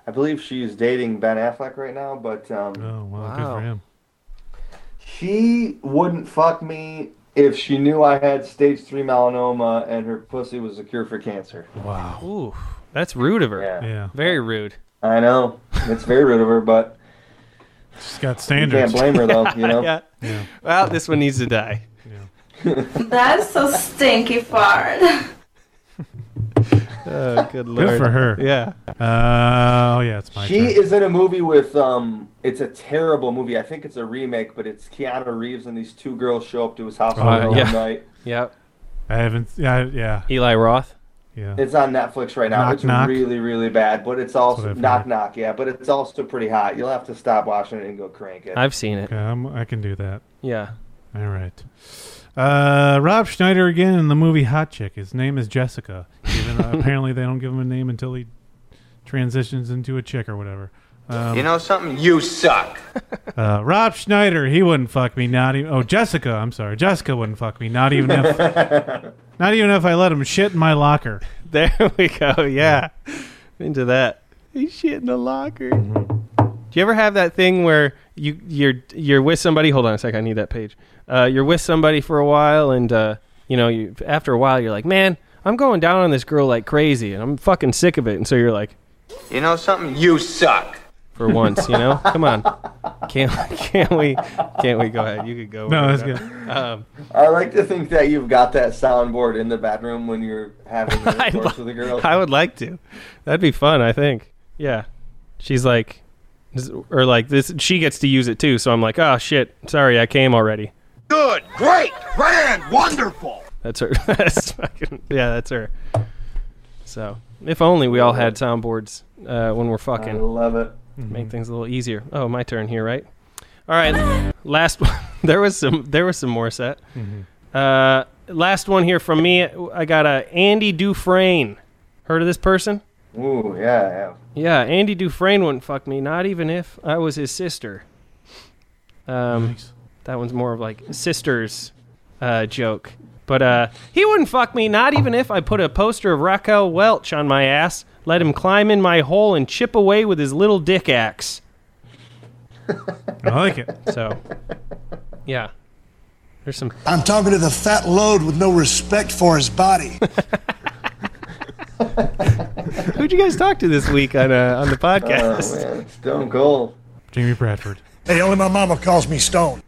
I believe she's dating Ben Affleck right now, but um, Oh, well, Wow. good for him. she wouldn't fuck me if she knew I had stage three melanoma and her pussy was a cure for cancer. Wow. Ooh, that's rude of her. Yeah, Yeah, Very rude. I know it's very rude of her, but she's got you can't standards. blame her though. You know, Yeah. Well, this one needs to die. That's so stinky fart. Oh, good lord. Good for her. Yeah. Uh, oh yeah, it's my she turn. is in a movie with um. It's a terrible movie. I think it's a remake, but it's Keanu Reeves and these two girls show up to his house Oh, on one yeah. night. Yep. I haven't. Yeah, yeah, Eli Roth. yeah. It's on Netflix right now. Knock, it's knock. really, really bad, but it's what also I've knock heard. knock, yeah, but it's also pretty hot. You'll have to stop watching it and go crank it. I've seen it. Okay, I'm, I can do that. Yeah. All right. Uh, Rob Schneider again in the movie Hot Chick. His name is Jessica. Even though apparently they don't give him a name until he transitions into a chick or whatever. You know something? You suck. Uh, Rob Schneider, he wouldn't fuck me. Not even. Oh, Jessica. I'm sorry. Jessica wouldn't fuck me. Not even if. not even if I let him shit in my locker. There we go. Yeah. Into that. He's shit in the locker. Mm-hmm. Do you ever have that thing where you you're you're with somebody? Hold on a sec. I need that page. Uh, you're with somebody for a while, and uh, you know, you after a while, you're like, man, I'm going down on this girl like crazy, and I'm fucking sick of it. And so you're like, You know something? You suck. for once, you know, come on, can't can't we can't we go ahead? You could go. No, that's good. Um, I like to think that you've got that soundboard in the bedroom when you're having intercourse with a girl. I would like to. That'd be fun, I think. Yeah. She's like or like this she gets to use it too, so I'm like, "Oh shit. Sorry, I came already." Good, great, grand, wonderful. That's her. that's fucking Yeah, that's her. So, if only we all had soundboards uh, when we're I fucking love it. make things a little easier. Oh, my turn here, right? All right. last one. there was some there was some more set. Uh last one here from me. I got a Andy Dufresne. Heard of this person? Ooh, yeah, yeah. Yeah, Andy Dufresne wouldn't fuck me, not even if I was his sister. Um, Nice. That one's more of like sister's uh, joke. But uh, he wouldn't fuck me, not even if I put a poster of Raquel Welch on my ass, let him climb in my hole, and chip away with his little dick axe. I like it. So, yeah. There's some. I'm talking to the fat load with no respect for his body. Who'd you guys talk to this week on uh, on the Oh, podcast? man. Stone Cold. Jamie Bradford. hey, only my mama calls me Stone.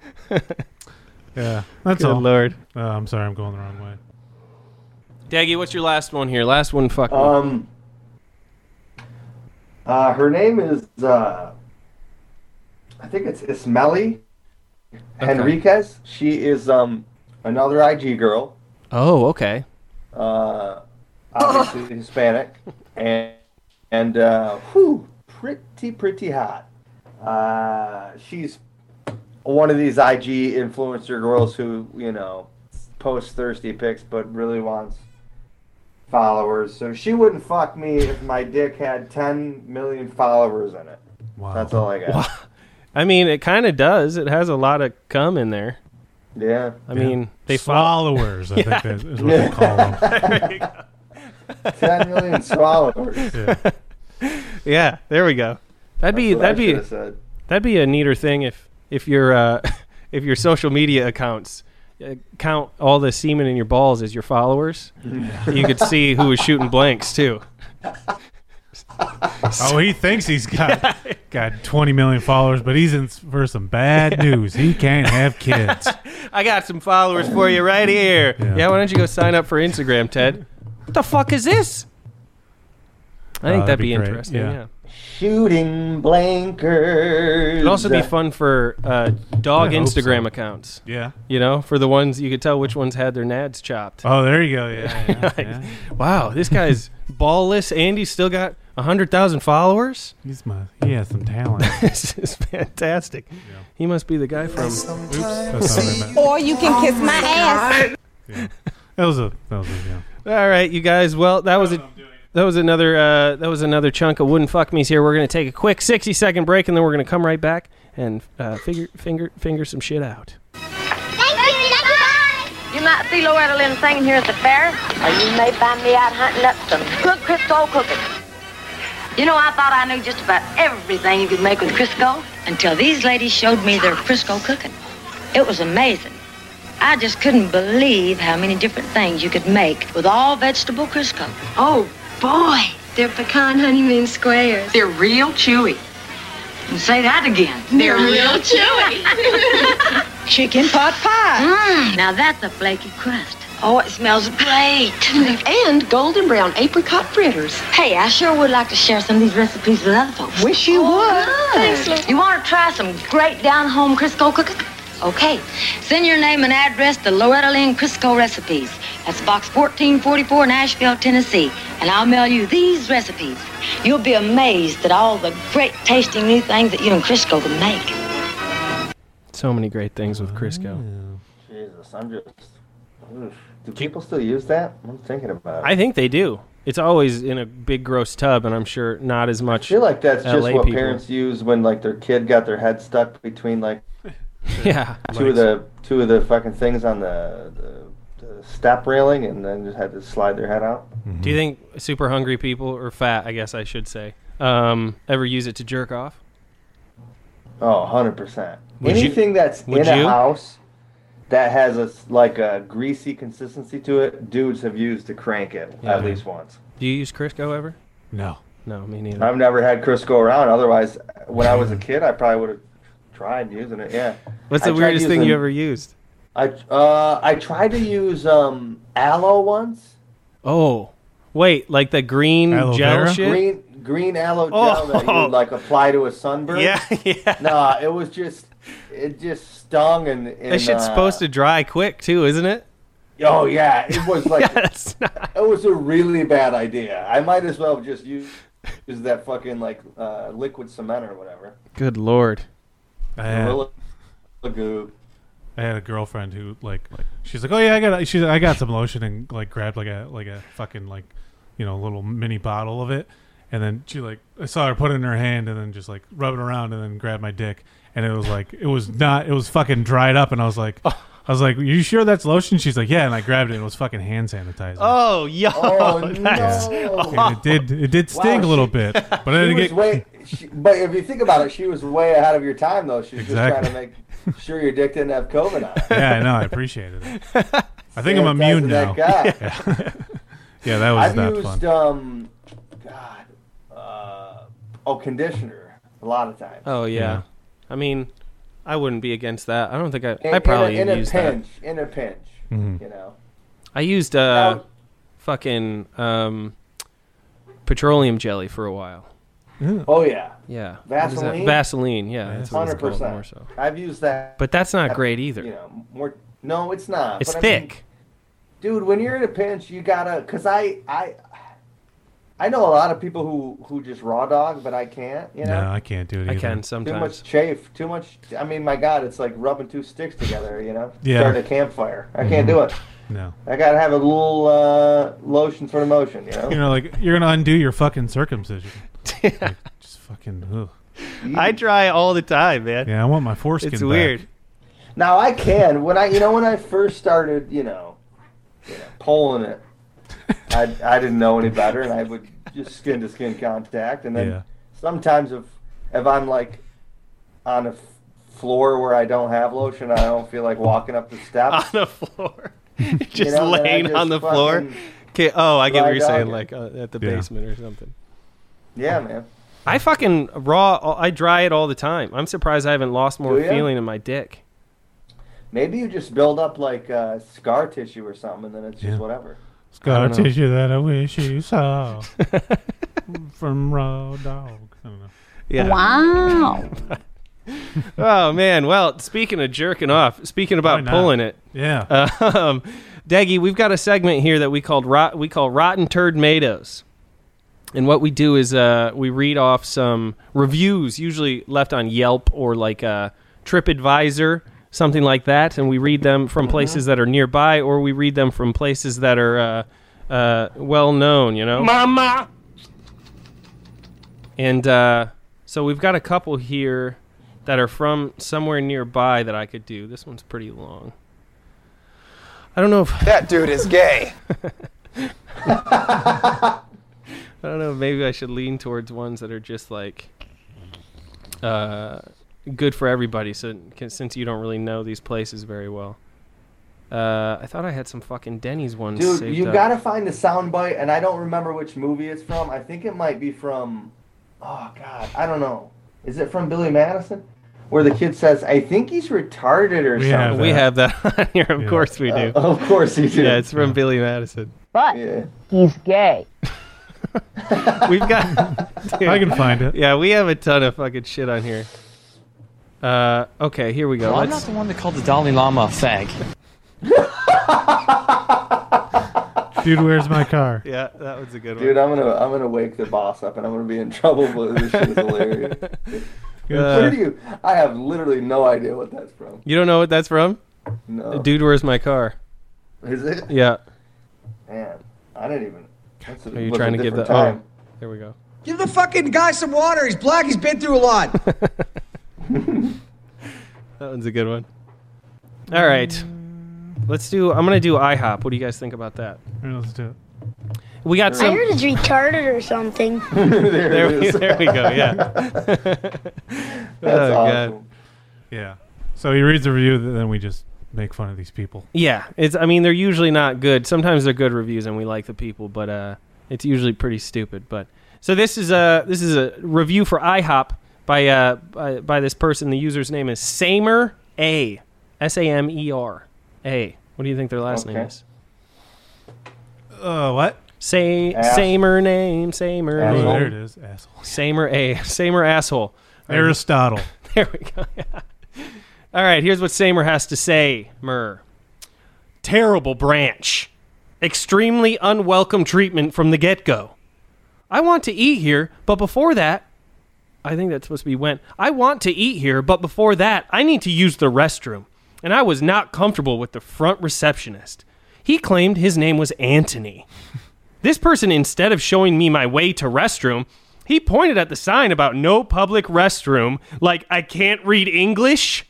Yeah, that's Good all. Lord. Uh, I'm sorry, I'm going the wrong way. Daggy, what's your last one here? Last one, fuck. Um, uh, her name is, uh, I think it's Ismeli Henriquez. She is um, another IG girl, oh, okay. uh, obviously Hispanic, and and uh, whew, pretty pretty hot. Uh, she's one of these IG influencer girls who you know posts thirsty pics, but really wants followers. So she wouldn't fuck me if my dick had 10 million followers in it. Wow. That's all I got. I mean, it kind of does. It has a lot of cum in there. Yeah. I mean, they follow. followers. I Yeah. think that is what they call them. 10 million followers. Yeah, there we go. That'd be that'd be Said. that'd be a neater thing if if your uh, if your social media accounts uh, count all the semen in your balls as your followers. you could see who was shooting blanks too. Oh, he thinks he's got got 20 million followers, but he's in for some bad news. He can't have kids. I got some followers for you right here. Yeah. Yeah. why don't you go sign up for Instagram, Ted? What the fuck is this? I think Oh, that'd that'd be, be great. interesting. Yeah. yeah. Shooting blankers. It'd also be fun for uh, dog I hope so. Instagram accounts. Yeah. You know, for the ones you could tell which ones had their nads chopped. Oh, there you go. Yeah. yeah, yeah. Wow, this guy's ballless and he's still got 100,000 followers? He's my. He has some talent. this is fantastic. He must be the guy from. Oops. That's not what I meant. Or you can kiss my ass. That was a. That was a. Yeah. All right, you guys. Well, that was a. That was another uh, that was another chunk of wooden fuck me's here. We're gonna take a quick sixty second break and then we're gonna come right back and uh, figure finger finger some shit out. You might see Loretta Lynn singing here at the fair, or you may find me out hunting up some good Crisco cooking. You know, I thought I knew just about everything you could make with Crisco until these ladies showed me their Crisco cooking. It was amazing. I just couldn't believe how many different things you could make with all vegetable Crisco. Oh, boy. They're pecan honeymoon squares. They're real chewy. And say that again. They're real chewy. Chicken pot pie. Mmm, now that's a flaky crust. Oh, it smells great. and golden brown apricot fritters. Hey, I sure would like to share some of these recipes with other folks. Wish you Oh, would. Thanks, Lou. You want to try some great down-home Crisco cooking? Okay. Send your name and address to Loretta Lynn Crisco Recipes. That's Box 1444, Nashville, Tennessee. And I'll mail you these recipes. You'll be amazed at all the great tasting new things that you and Crisco can make. So many great things with Crisco. Jesus, I'm just. oof. Do people still use that? I'm thinking about it. I think they do. It's always in a big gross tub, and I'm sure not as much. I feel like that's just LA what people. parents use when like their kid got their head stuck between like Yeah. two of the two of the fucking things on the, the, the step railing and then just had to slide their head out. Do you think super hungry people or fat? I guess I should say. Um, ever use it to jerk off? Oh, 100%. Would you- Anything that's in would a you? house that has a s- like a greasy consistency to it, dudes have used to crank it Yeah. at least once. Do you use Crisco ever? No. No, me neither. I've never had Chris go around. Otherwise, when I was a kid, I probably would have tried using it. Yeah. What's I the tried weirdest thing you using- ever used? I uh I tried to use um aloe once. Oh, wait, like the green Aloe gel vera? shit. Green green aloe Oh. gel that you would, like apply to a sunburn. Yeah, yeah. Nah, it was just it just stung and, and That shit's uh, supposed to dry quick too, isn't it? Oh yeah, it was like That's not. It was a really bad idea. I might as well just use use that fucking like uh, liquid cement or whatever. Good lord. I had, Gorilla goo. I had a girlfriend who like, she's like, oh yeah, I got, she's, I got some lotion and like grabbed like a like a fucking like, you know, little mini bottle of it, and then she like, I saw her put it in her hand and then just like rub it around and then grab my dick, and it was like, it was not, it was fucking dried up, and I was like. Oh. I was like, "You sure that's lotion?" She's like, "Yeah," and I grabbed it. and It was fucking hand sanitizer. Oh yo. Oh that's- no! And it did, it did sting Wow, a little she- bit, but I She didn't was get. way, she, but if you think about it, she was way ahead of your time though. She was Exactly. just trying to make sure your dick didn't have COVID on. it. Yeah, I know. I appreciated it. I think I'm Sanitizer immune now. that guy. Yeah, that was I've not used fun. um, God, uh, oh conditioner a lot of times. Oh yeah. I mean, I wouldn't be against that. I don't think I. In, I probably in a, in used a that. pinch, in a pinch, Hmm. Mhm. Mm-hmm. you know. I used uh, fucking um, petroleum jelly for a while. Oh yeah, Yeah. What is that? Vaseline. Vaseline. Yeah, that's what it's hundred called more so. percent. I've used that, But that's not I've- great either. You know, more. No, it's not. It's but I mean, thick. dude. When you're in a pinch, you gotta. Cause I, I, I know a lot of people who who just raw dog, but I can't. You know. No, I can't do it. I either. can Too sometimes. much chafe. Too much. I mean, my God, it's like rubbing two sticks together. You know, Yeah. start a campfire. I Mm-hmm. can't do it. No. I gotta have a little uh, lotion for the motion. You know. You know, like you're gonna undo your fucking circumcision. Like, just fucking. Ugh. I try all the time, man. Yeah, I want my foreskin. back. Now I can when I you know when I first started you know, you know pulling it, I I didn't know any better and I would just skin to skin contact and then Yeah. sometimes if if I'm like on a f- floor where I don't have lotion I don't feel like walking up the steps on the floor just know, then I laying just on the floor. fucking Okay. Oh, I get what dry you're saying. dog Like it. uh, at the Yeah. basement or something. yeah man I fucking raw. I dry it all the time. I'm surprised I haven't lost more Do ya? feeling in my dick. maybe you just build up like uh, scar tissue or something and then it's just whatever Scar I don't know. tissue that I wish you saw from raw dog. I don't know. Yeah. oh man. Well, speaking of jerking off, speaking about not? pulling it. Yeah. Uh, um, Deggy, we've got a segment here that we called rot- we call rotten turd tomatoes. And what we do is uh, we read off some reviews, usually left on Yelp or like uh, TripAdvisor, something like that, and we read them from places that are nearby, or we read them from places that are uh, uh, well known. You know, Mama. and uh, so we've got a couple here that are from somewhere nearby that I could do. This one's pretty long. I don't know if That dude is gay. I don't know. Maybe I should lean towards ones that are just like uh, good for everybody. So can- since you don't really know these places very well, uh, I thought I had some fucking Denny's ones. dude saved you up. gotta find the soundbite and I don't remember which movie it's from I think it might be from oh god I don't know is it from Billy Madison where the kid says I think he's retarded or We something have, we have that on here. Of course we do. Uh, Oh, of course you do. Yeah, it's from Billy Madison. But he's gay. We've got. I can find it. Yeah, we have a ton of fucking shit on here. Uh, okay, here we go. Well, I'm Let's- not the one that called the Dalai Lama a fag. Dude, where's my car? yeah that was a good dude I'm gonna I'm gonna wake the boss up and I'm gonna be in trouble but this shit is hilarious Uh, where do you I have literally no idea what that's from You don't know what that's from? Oh. No. Dude, where's my car? is it Yeah. man I didn't even that's a, Are you was a trying to give the? different time. Oh, there we go. Give the fucking guy some water. He's black. He's been through a lot. That one's a good one. All right. Let's do. I'm gonna do IHOP. What do you guys think about that? let's do it. We got I some. heard it's retarded or something. there, we, there we go. Yeah. oh god. Yeah. So he reads the review, th- then we just make fun of these people. Yeah. It's. I mean, they're usually not good. Sometimes they're good reviews, and we like the people, but uh, it's usually pretty stupid. But so this is a this is a review for IHOP by uh by, by this person. The user's name is Samer A. S A M E R A. What do you think their last name Okay. is? Uh, what? Say Ass- samer name, samer. Oh, name. there it is, asshole. Samer a, samer asshole. Aristotle. there we go. All right, here's what Samer has to say, Myrrh. Terrible branch. Extremely unwelcome treatment from the get go. I want to eat here, but before that, I think that's supposed to be went. I want to eat here, but before that, I need to use the restroom. And I was not comfortable with the front receptionist. He claimed his name was Anthony. This person, instead of showing me my way to restroom, he pointed at the sign about no public restroom, like I can't read English.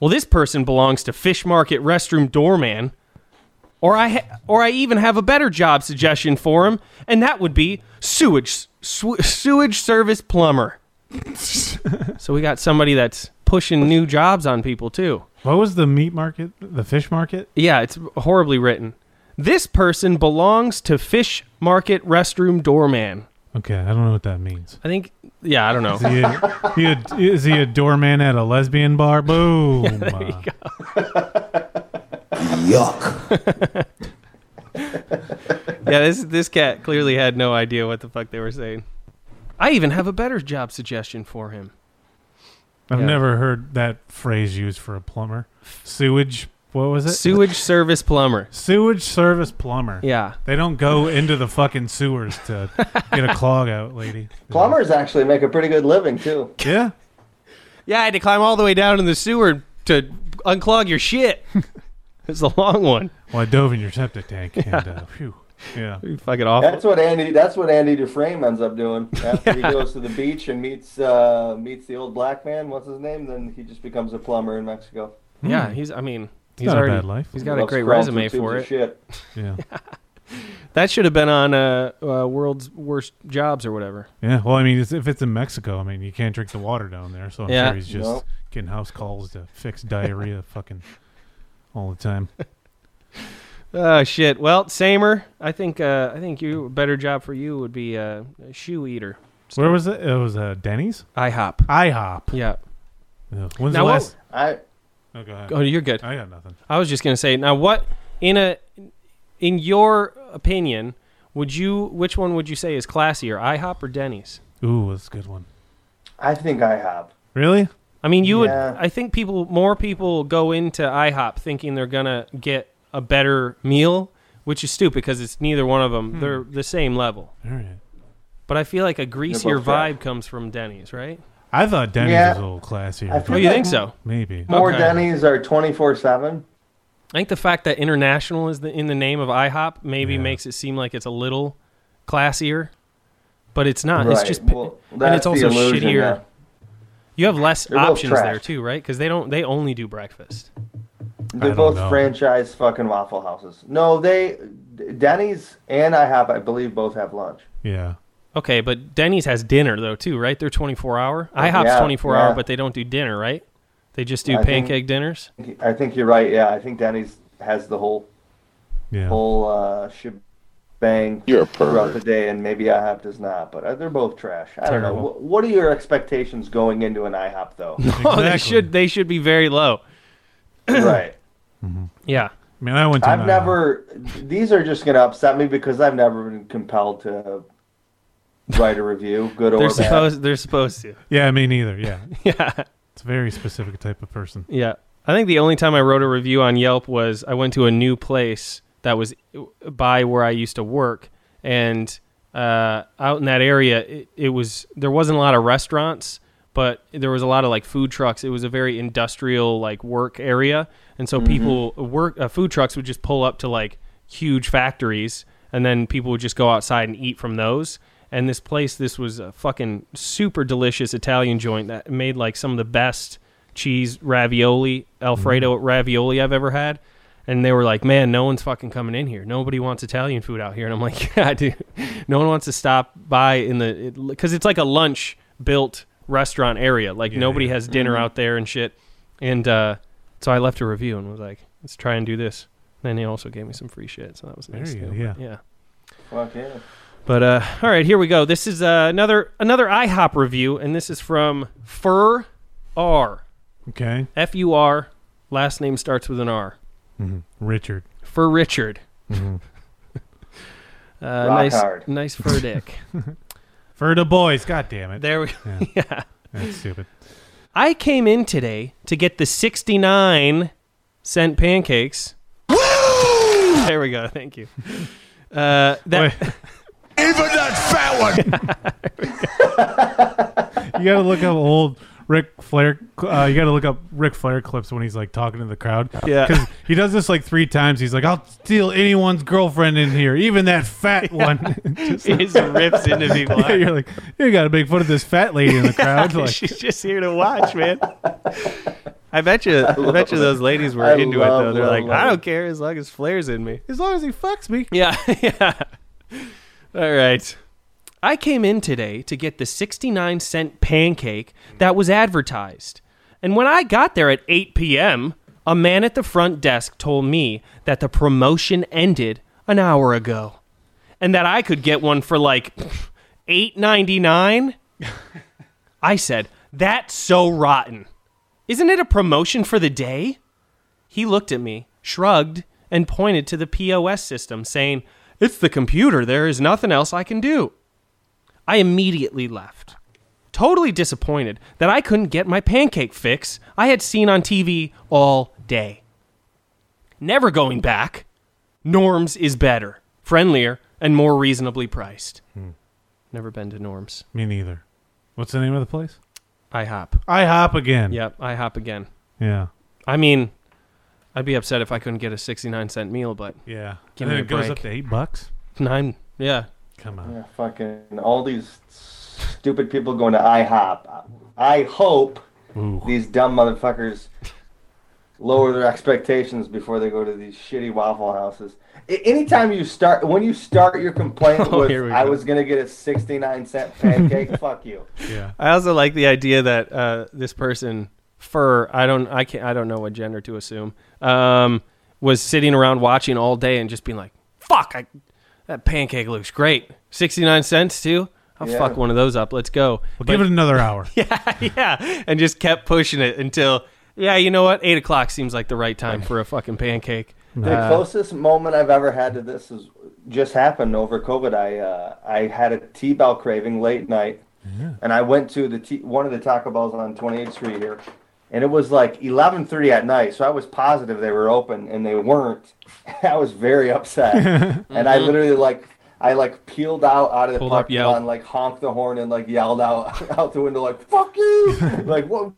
Well, this person belongs to Fish Market restroom doorman, or I ha- or I even have a better job suggestion for him, and that would be sewage sw- sewage service plumber. so we got somebody that's pushing new jobs on people too. What was the meat market? The fish market? Yeah, it's horribly written. This person belongs to fish market restroom doorman, Okay, I don't know what that means. I think. Yeah, I don't know. Is he a, he a- is he a doorman at a lesbian bar? Boom. Yuck. yeah, this this cat clearly had no idea what the fuck they were saying. I even have a better job suggestion for him. I've Yeah. never heard that phrase used for a plumber. Sewage. What was it? Sewage service plumber. Sewage service plumber. Yeah. They don't go into the fucking sewers to get a clog out, lady. Plumbers actually make a pretty good living too. Yeah. Yeah, I had to climb all the way down in the sewer to unclog your shit. it's a long one. Well, I dove in your septic tank and uh, phew. Yeah. Fucking awful. That's what Andy. That's what Andy Dufresne ends up doing after he goes to the beach and meets uh, meets the old black man. What's his name? Then he just becomes a plumber in Mexico. Yeah, he's. I mean, It's he's not a already. bad life. He's got a Loves great crawling through resume tubes for of it. shit. Yeah. that should have been on uh, uh, World's Worst Jobs or whatever. Yeah. Well, I mean, it's, if it's in Mexico, I mean, you can't drink the water down there, so I'm Yeah. sure he's just Nope. getting house calls to fix diarrhea, fucking all the time. Oh shit. Well, Samer, I think uh, I think you a better job for you would be uh, a shoe eater. Where was it? It was uh, Denny's. IHOP. IHOP. Yeah. Ugh. When's Now the what- last? I. Oh, go ahead. Oh, you're good. I got nothing. I was just gonna say. Now, what in a in your opinion would you which one would you say is classier, IHOP or Denny's? Ooh, that's a good one. I think IHOP. Really? I mean, you Yeah. would. I think people more people go into IHOP thinking they're gonna get a better meal, which is stupid because it's neither one of them. Hmm. They're the same level. All right. But I feel like a greasier both fat. vibe comes from Denny's, right? I thought Denny's Yeah. was a little classier. I but- feel Oh, you like think so? Maybe. More Okay. Denny's are twenty four seven. I think the fact that international is the, in the name of IHOP maybe makes it seem like it's a little classier, but it's not. It's Right. just Well, and it's that's the also illusion, shittier. yeah. You have less They're both options there trash. too, right? Because they don't. They only do breakfast. They're both franchise fucking waffle houses. No, they Denny's and IHOP, I believe, both have lunch. Yeah. Okay, but Denny's has dinner though too, right? They're twenty four hour. IHOP's yeah, twenty four hour, yeah. but they don't do dinner, right? They just do I think- pancake dinners. I think you're right. Yeah, I think Denny's has the whole yeah. whole uh, shebang You're a throughout pervert. the day, and maybe IHOP does not. But uh, they're both trash. I don't know. Terrible. Wh- What are your expectations going into an IHOP though? Oh, they should. They should be very low. right. Yeah. I mean, I went to. I've an never. These are just gonna upset me because I've never been compelled to write a review, good or They're bad. supposed. They're supposed to. Yeah, me neither. Yeah. yeah. It's a very specific type of person. Yeah. I think the only time I wrote a review on Yelp was I went to a new place that was by where I used to work and uh, out in that area it, it was there wasn't a lot of restaurants but there was a lot of like food trucks it was a very industrial like work area and so people work uh, food trucks would just pull up to like huge factories and then people would just go outside and eat from those and this place this was a fucking super delicious italian joint that made like some of the best cheese ravioli alfredo Mm-hmm. ravioli i've ever had and they were like man no one's fucking coming in here nobody wants italian food out here and i'm like yeah dude no one wants to stop by in the because it's like a lunch built restaurant area like nobody has dinner Mm-hmm. out there and shit and uh, so i left a review and was like let's try and do this then they also gave me some free shit so that was There nice you go, too. yeah. yeah Fuck yeah. but uh, all right, here we go. This is uh, another another IHOP review, and this is from Fur R Okay. F U R. Last name starts with an R. Mhm. Richard. Fur Richard. Mhm. Uh, Rock nice, hard. nice fur dick. For the boys. God damn it. There we Yeah. yeah. That's stupid. I came in today to get the 69 cent pancakes. Woo! There we go. Thank you. Uh, that, Even that fat one. You got to look up old Ric Flair. Uh, you got to look up Ric Flair clips when he's like talking to the crowd. Yeah. Because he does this like three times. He's like, "I'll steal anyone's girlfriend in here, even that fat one." He just rips into people. Yeah, you're like, you got to make fun of this fat lady in the crowd. Like, She's just here to watch, man. I bet you, I love bet you it. those ladies were I into love, it though. They're love, like, love I it. don't care as long as Flair's in me. as long as he fucks me. Yeah, yeah. All right. I came in today to get the 69 cent pancake that was advertised. And when I got there at 8 p.m., a man at the front desk told me that the promotion ended an hour ago and that I could get one for like eight ninety nine. I said that's so rotten. Isn't it a promotion for the day? He looked at me, shrugged, and pointed to the POS system, saying, "It's the computer. There is nothing else I can do." I immediately left, totally disappointed that I couldn't get my pancake fix I had seen on TV all day. Never going back. Norms is better, friendlier, and more reasonably priced. Never been to Norms. Me neither. What's the name of the place? IHOP. IHOP again. Yep, IHOP again. Yeah. I mean, I'd be upset if I couldn't get a 69 cent meal, but Yeah. Give and me then a it goes up break. to eight bucks. Nine. Yeah. Come on. Yeah, fucking all these stupid people going to IHOP. I hope these dumb motherfuckers lower their expectations before they go to these shitty waffle houses. A- anytime you start, when you start your complaint Oh, with, here we "I go. was gonna get a sixty-nine cent pancake," fuck you. Yeah. I also like the idea that uh, this person, fur, I don't, I can't, I don't know what gender to assume, um, was sitting around watching all day and just being like, "Fuck, I, that pancake looks great. Sixty nine cents too. I'll Yeah. fuck one of those up. Let's go." Well, But- give it another hour. yeah, yeah, and just kept pushing it until, yeah, you know what? Eight o'clock seems like the right time for a fucking pancake. The Uh, closest moment I've ever had to this is just happened over COVID. I uh, I had a T-bell craving late night, and I went to the t- one of the Taco Bells on 28th Street here, and it was like 11:30 at night. So I was positive they were open, and they weren't. I was very upset, and I Mhm. literally like I like peeled out out of the Pulled up, parking lot yelled. and like honked the horn and like yelled out out the window like "fuck you!" like what?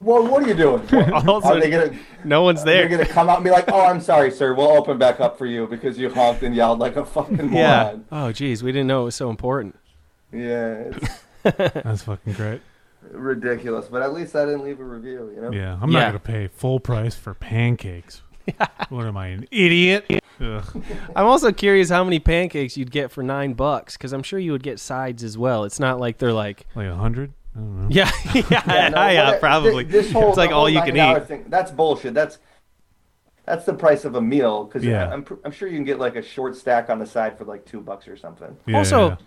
What, what are you doing? What- Also, are they gonna no one's they're there. gonna come out and be like, "Oh, I'm sorry, sir. We'll open back up for you because you honked and yelled like a fucking yeah. moron." Oh, geez, we didn't know it was so important. Yeah, it's That's fucking great. ridiculous. But at least I didn't leave a review, you know. Yeah. I'm Yeah. not going to pay full price for pancakes. what am I, an idiot? Ugh. I'm also curious how many pancakes you'd get for nine bucks, because I'm sure you would get sides as well. It's not like they're like like a hundred. I don't know. Yeah, yeah, yeah, no, what- uh, probably. thi- This whole, it's like the all whole you can $90 eat. Thing, that's bullshit. That's that's the price of a meal because Yeah. I'm pr- I'm sure you can get like a short stack on the side for like two bucks or something. also,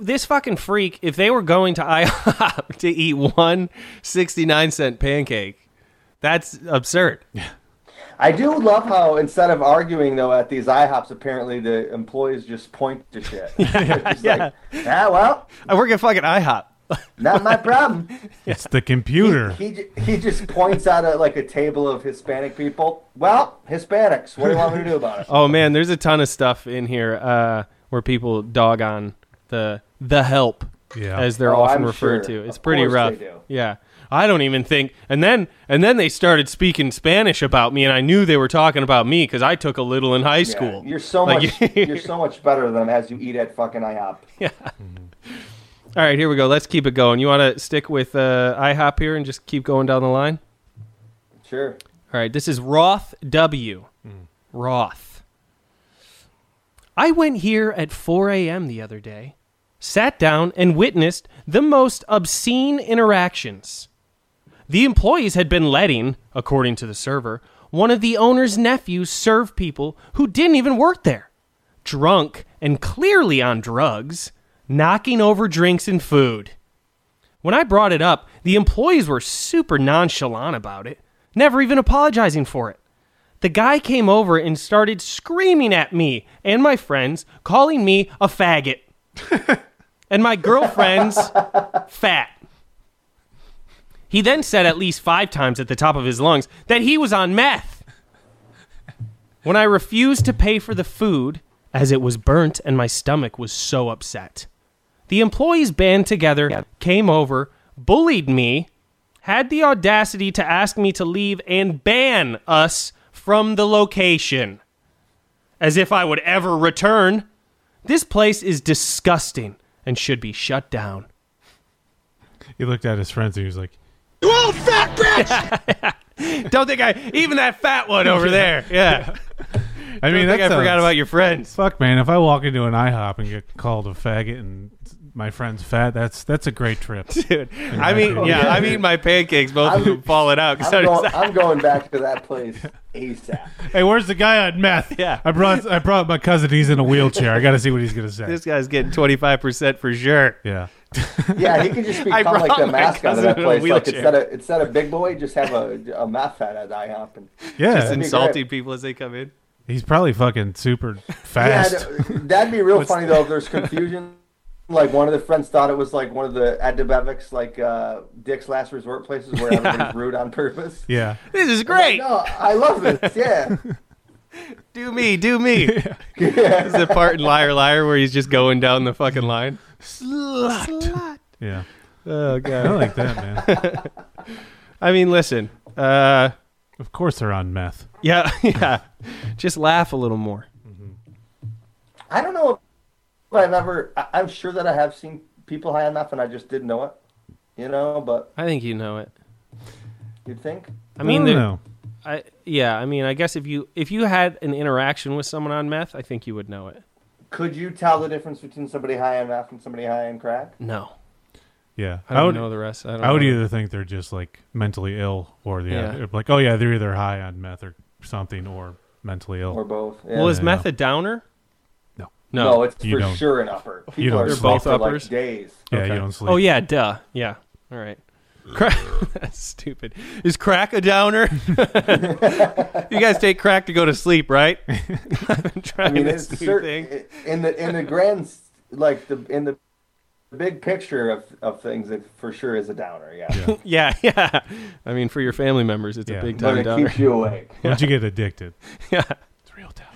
this fucking freak, if they were going to IHOP to eat one 69 cent pancake, that's absurd. I do love how instead of arguing though at these IHOPs, apparently the employees just point to shit. yeah, yeah. ah, well, I work at fucking IHOP. not my problem. It's the computer. He j- he just points out at like a table of Hispanic people. Well, Hispanics. What do you want me to do about it? Oh man, there's a ton of stuff in here uh, where people dog on the the help Yeah. as they're Oh, often I'm referred sure. to. It's Of pretty course they rough. do. Yeah. I don't even think and then and then they started speaking Spanish about me and I knew they were talking about me cuz I took a little in high Yeah, school. You're so Like, much. you're so much better than as you eat at fucking IHOP. All right, here we go. Let's keep it going. You want to stick with uh, IHOP here and just keep going down the line? Sure. All right, this is Roth W. Roth. I went here at 4 a.m. the other day, sat down, and witnessed the most obscene interactions. The employees had been letting, according to the server, one of the owner's nephews serve people who didn't even work there. Drunk and clearly on drugs, knocking over drinks and food. When I brought it up, the employees were super nonchalant about it, never even apologizing for it. The guy came over and started screaming at me and my friends, calling me a faggot. and my girlfriend's fat. He then said at least five times at the top of his lungs that he was on meth. When I refused to pay for the food, as it was burnt and my stomach was so upset, the employees band together, came over, bullied me, had the audacity to ask me to leave and ban us from the location. As if I would ever return. This place is disgusting and should be shut down. He looked at his friends and he was like, You old fat bitch! Don't think I even that fat one over there. Yeah. I mean, Don't think that I forgot sounds- about your friends. Fuck, man. If I walk into an IHOP and get called a faggot and my friend's fat. That's that's a great trip, dude. I mean, yeah, I'm eating my pancakes, both of them falling out. 'cause I'm, I was- going, I'm going back to that place ASAP. Hey, where's the guy on meth? Yeah, I brought I brought my cousin. He's in a wheelchair. I got to see what he's gonna say. this guy's getting 25 percent for sure. Yeah, Yeah, he could just I become like brought the my mascot of cousin that in a place. Like wheelchair. instead of instead of big boy, just have a a math fat at I hop and just That'd be insulting great. people as they come in. he's probably fucking super Yeah, fast. th- that'd be real funny though if there's confusion. Like one of the friends thought it was like one of the at Debevics, like uh, Dick's Last Resort places where everybody's rude on purpose. Yeah. This is I'm great. Like, no, I love this. Yeah. Do me, do me. This is the part in Liar Liar where he's just going down the fucking line. Slut. Yeah. Oh god, I like that, man. I mean, listen. Uh, of course they're on meth. Yeah, yeah. just laugh a little more. I don't know if I've ever. I, I'm sure that I have seen people high enough, and I just didn't know it. You know, but I think you know it. you'd think. I mean, I there- don't know. I yeah. I mean, I guess if you if you had an interaction with someone on meth, I think you would know it. Could you tell the difference between somebody high on meth and somebody high on crack? No. Yeah, I don't know the rest. I don't would know. either think they're just like mentally ill, or the Yeah. other, like, oh yeah, they're either high on meth or something, or mentally ill, Or both, Well, is meth a downer? No. No. No, it's You for don't- sure an upper. you People don't are sleep. both They're like uppers? days. Yeah, you don't sleep. Oh yeah, duh. Yeah. All right. Crack. That's stupid. Is crack a downer? you guys take crack to go to sleep, right? I've been trying I mean, this it's new cer- thing. in the in the grand s- like the in the big picture of of things, it for sure is a downer. Yeah. Yeah, yeah. I mean, for your family members, it's Yeah. a big But time it downer. keeps you awake. Once you get addicted. yeah, it's real tough.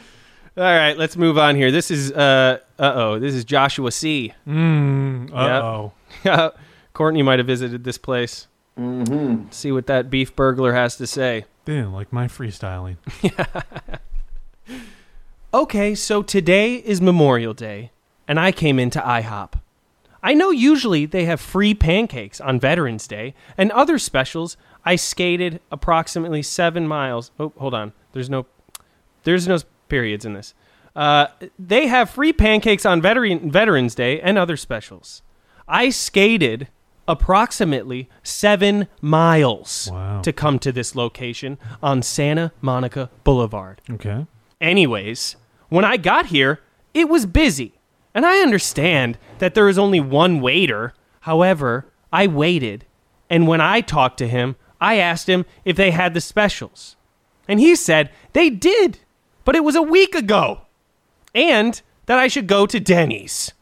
All right, let's move on here. This is uh uh oh. This is Joshua C. Mm, Yep. uh-oh. Yeah, Courtney might have visited this place. Mm-hmm. See what that beef burglar has to say. They didn't like my freestyling. Okay, so today is Memorial Day, and I came into IHOP. I know usually they have free pancakes on Veterans Day and other specials. I skated approximately seven miles. Oh, hold on. There's no, there's no periods in this. Uh, they have free pancakes on Veteran Veterans Day and other specials. I skated approximately seven miles to come to this location on Santa Monica Boulevard. Okay. Anyways, when I got here, it was busy. And I understand that there is only one waiter. However, I waited. And when I talked to him, I asked him if they had the specials. And he said they did, but it was a week ago. And that I should go to Denny's.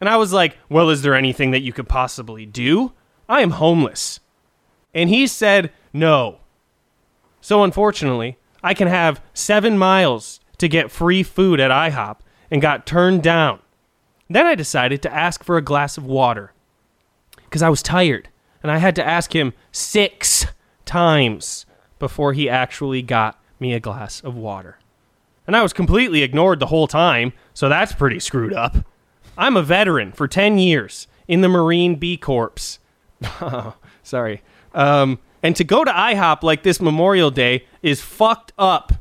And I was like, Well, is there anything that you could possibly do? I am homeless. And he said, No. So unfortunately, I can have seven miles to get free food at IHOP and got turned down. Then I decided to ask for a glass of water because I was tired and I had to ask him six times before he actually got me a glass of water. And I was completely ignored the whole time, so that's pretty screwed up. I'm a veteran for 10 years in the Marine B Corps. Sorry. Um, and to go to IHOP like this Memorial Day is fucked up.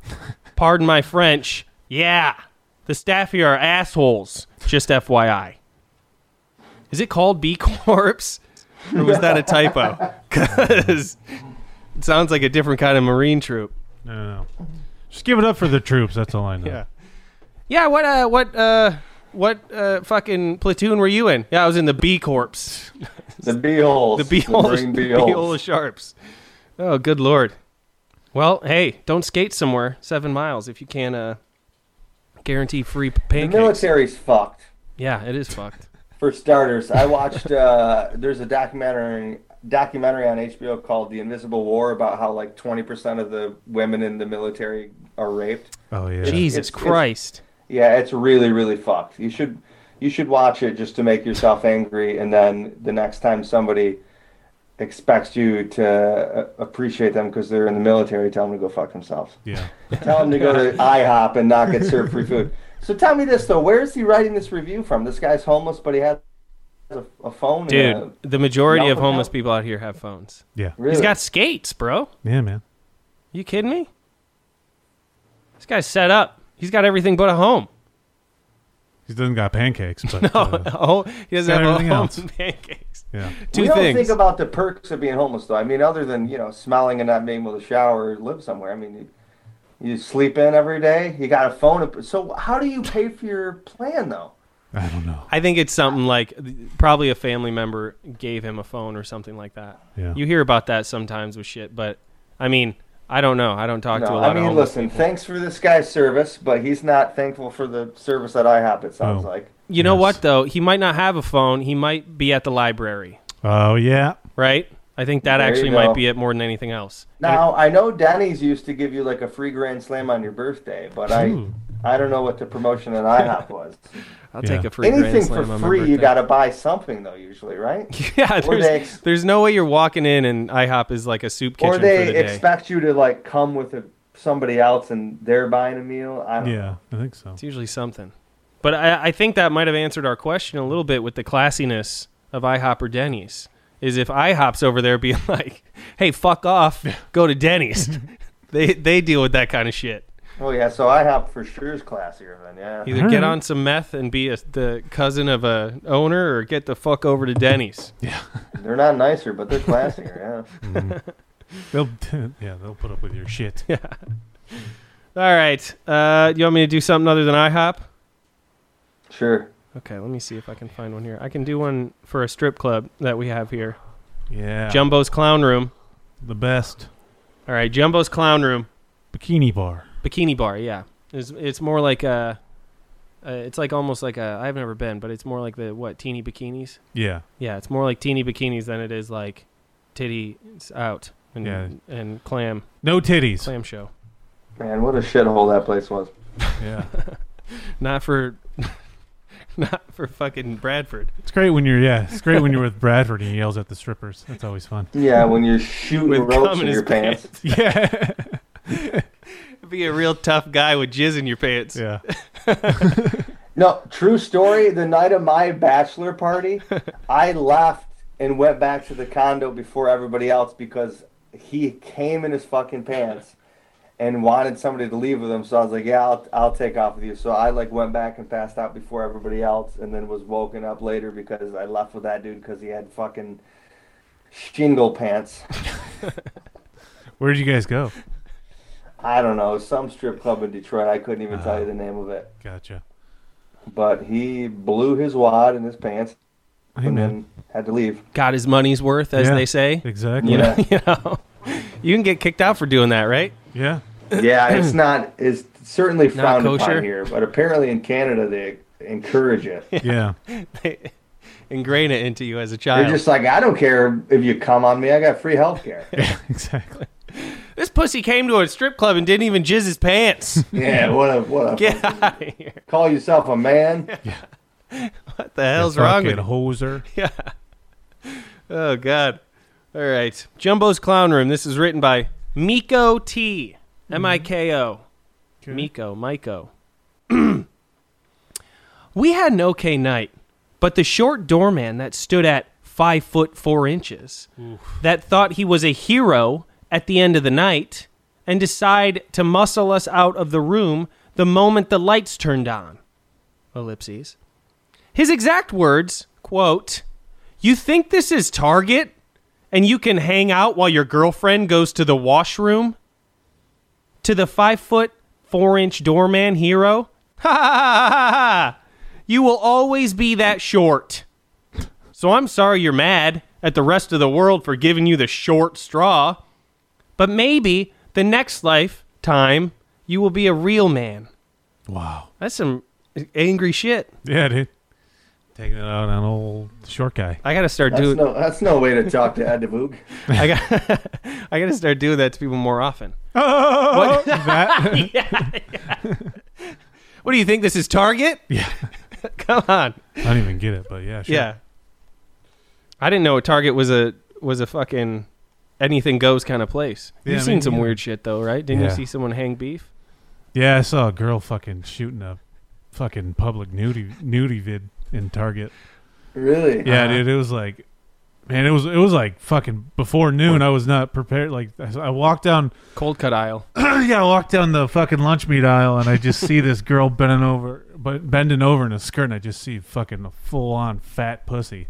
Pardon my French. Yeah. The staff here are assholes. Just FYI. Is it called B Corps? Or was that a typo? Because it sounds like a different kind of Marine troop. No, no, no. Just give it up for the troops. That's all I know. Yeah. Yeah, what uh what uh what uh fucking platoon were you in? Yeah, I was in the B Corps. The B holes. The B holes. green B holes. hole of sharps. Oh, good lord. Well, hey, don't skate somewhere 7 miles if you can't uh guarantee free The pancakes. military's fucked. Yeah, it is fucked. For starters, I watched. Uh, there's a documentary documentary on HBO called "The Invisible War" about how like 20% of the women in the military are raped. Oh yeah. Jesus Christ. yeah, it's really really fucked. You should you should watch it just to make yourself angry, and then the next time somebody expects you to uh, appreciate them because they're in the military, tell them to go fuck themselves. Yeah. Tell them to go to IHOP and not get served free food. So tell me this though, where is he writing this review from? This guy's homeless, but he has a, a phone. Dude, and the majority of Malcolm homeless Howard? people out here have phones. Yeah. He's Really? got skates, bro. Yeah, man. You kidding me? This guy's set up. He's got everything but a home. He doesn't got pancakes, but No, uh, oh, he doesn't got have everything a home else. pancakes. Yeah. Two we don't things. think about the perks of being homeless, though. I mean, other than you know, smiling and not being able to shower or live somewhere. I mean, you, you sleep in every day. You got a phone. So how do you pay for your plan, though? I think it's something like probably a family member gave him a phone or something like that. Yeah. You hear about that sometimes with shit, but I mean, I don't know. I don't talk to a No, lot I mean, of homeless listen. people. Thanks for this guy's service, but he's not thankful for the service that IHOP. It sounds Oh. like. You know what though? He might not have a phone. He might be at the library, Oh yeah. right? I think that There you actually go. might be it more than anything else. Now I know Denny's used to give you like a free grand slam on your birthday, but I Ooh. I don't know what the promotion at IHOP was. I'll take a free anything Grand Slam for on my free. You birthday. got to buy something though, usually, right? Yeah, Or they ex- there's, there's no way you're walking in and IHOP is like a soup kitchen or they for the day. expect you to like come with a, somebody else and they're buying a meal. I don't know. I think so. It's usually something. But I, I think that might have answered our question a little bit with the classiness of IHOP or Denny's. Is if IHOP's over there being like, "Hey, fuck off, go to Denny's." they they deal with that kind of shit. Oh yeah, so IHOP for sure is classier then. Yeah. Either get on some meth and be a, the cousin of a owner, or get the fuck over to Denny's. Yeah. They're not nicer, but they're classier. Yeah. Mm. They'll yeah they'll put up with your shit. Yeah. All right. Uh, you want me to do something other than IHOP? Sure. Okay, let me see if I can find one here. I can do one for a strip club that we have here. Yeah. Jumbo's Clown Room. The best. All right, Jumbo's Clown Room. Bikini bar. Bikini bar, yeah. It's, it's more like a. Uh, it's like almost like a. I've never been, but it's more like the what teeny bikinis. Yeah. Yeah, it's more like teeny bikinis than it is like titty it's out and Yeah. and clam. No titties. Clam show. Man, what a shithole that place was. Yeah. Not for. not for fucking Bradford. It's great when you're yeah. It's great when you're with Bradford and he yells at the strippers. That's always fun. Yeah, when you're shooting With cum ropes in in his your pants. Yeah. Be a real tough guy with jizz in your pants. Yeah. No, true story. The night of my bachelor party, I left and went back to the condo before everybody else because he came in his fucking pants and wanted somebody to leave with him. So I was like, "Yeah, I'll, I'll take off with you." So I like went back and passed out before everybody else, and then was woken up later because I left with that dude because he had fucking shingle pants. Where did you guys go? I don't know some strip club in Detroit. I couldn't even tell you the name of it. Gotcha. But he blew his wad in his pants. Hey, man. and then had to leave. Got his money's worth, as Yeah, they say. exactly. You know, Yeah. you know, you can get kicked out for doing that, right? Yeah. yeah, it's not. It's certainly Not frowned kosher? upon here, but apparently in Canada they encourage it. Yeah. they ingrain it into you as a They're child. just like, I don't care if you come on me. I got free health care. exactly. this pussy came to a strip club and didn't even jizz his pants. yeah, what a what a Get out of here! call yourself a man. What the hell's wrong with Fucking you? hoser. Yeah. Oh God. All right, Jumbo's Clown Room. This is written by Miko T. M I K O. Miko. Miko. we had an okay night, but the short doorman that stood at five foot four inches, that thought he was a hero at the end of the night, and decide to muscle us out of the room the moment the lights turned on. Ellipses. His exact words, quote, "You think this is Target and you can hang out while your girlfriend goes to the washroom?" To the 5 foot 4 inch doorman hero, ha ha ha ha ha. You will always be that short. So I'm sorry you're mad at the rest of the world for giving you the short straw, but maybe the next life time you will be a real man. Wow. That's some angry shit. Yeah, dude. Taking it out on old short guy. I gotta start That's doing. no that's no way to talk to Adavoog. I got. I gotta start doing that to people more often. Oh, What- that. What do you think? This is Target? Yeah. Come on. I don't even get it, but yeah. Sure. Yeah. I didn't know Target was a was a fucking anything goes kind of place. Yeah, You've me seen some neither. weird shit though, right? Didn't Yeah. you see someone hang beef? Yeah, I saw a girl fucking shooting a fucking public nudie nudie vid in Target. Really? Uh-huh. Yeah, dude, it was like, man, it was it was like fucking before noon. I was not prepared. Like I I walked down, Cold cut aisle. yeah, I walked down the fucking lunch meat aisle, and I just see this girl bending over, but bending over in a skirt, and I just see fucking a full on fat pussy,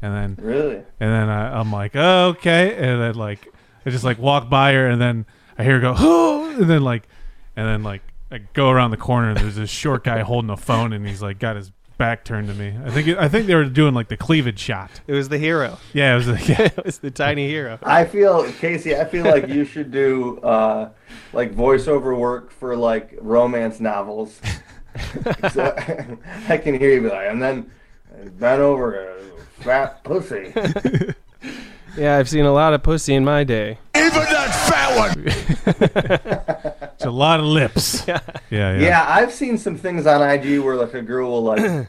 and then Really? and then I, I'm like, oh, okay, and then like I just like walk by her, and then I hear her go, oh, and then like, and then like I go around the corner, and there's this short guy holding a phone, and he's like got his back turned to me. I think it, I think they were doing like the cleavage shot. It was the hero. Yeah, it was like, yeah. it was the tiny hero. I feel Casey. I feel like you should do uh, like voiceover work for like romance novels. so I can hear you be like, and then uh, bent over a fat pussy. Yeah, I've seen a lot of pussy in my day. Even that fat one. It's a lot of lips. Yeah, yeah. Yeah. I've seen some things on IG where like a girl will like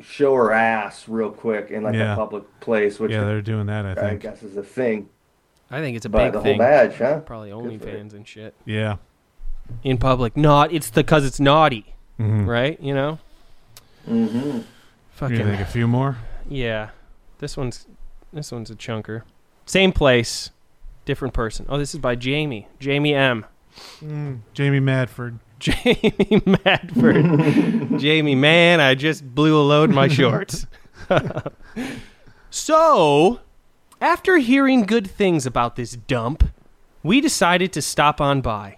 show her ass real quick in like Yeah. a public place, which Yeah, they're doing that. I I, think. guess is a thing. I think it's a By big the whole thing. badge, huh? Probably Good for OnlyFans and shit. Yeah. In public, not. It's because it's naughty, Mhm. right? You know. Mm-hmm. You Fucking think a few more? yeah. This one's this one's a chunker. Same place, different person. Oh, this is by Jamie. Jamie M. Jamie Madford. Jamie Madford. Jamie, man, I just blew a load in my shorts. so, after hearing good things about this dump, we decided to stop on by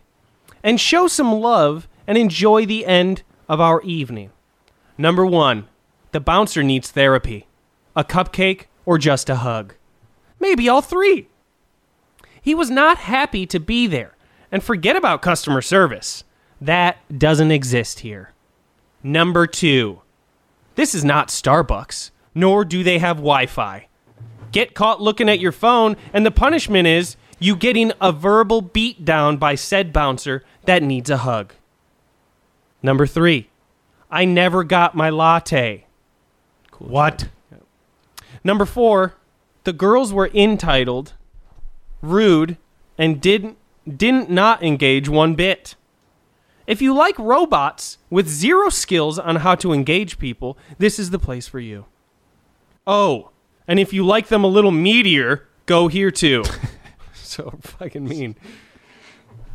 and show some love and enjoy the end of our evening. Number one, the bouncer needs therapy, a cupcake, or just a hug. Maybe all three. He was not happy to be there. And forget about customer service. That doesn't exist here. Number two, this is not Starbucks, nor do they have Wi Fi. Get caught looking at your phone, and the punishment is you getting a verbal beatdown by said bouncer that needs a hug. Number three, I never got my latte. what? Number four, the girls were entitled rude, and didn't didn't not engage one bit. If you like robots with zero skills on how to engage people, this is the place for you. Oh, and if you like them a little meatier, go here too. so fucking mean.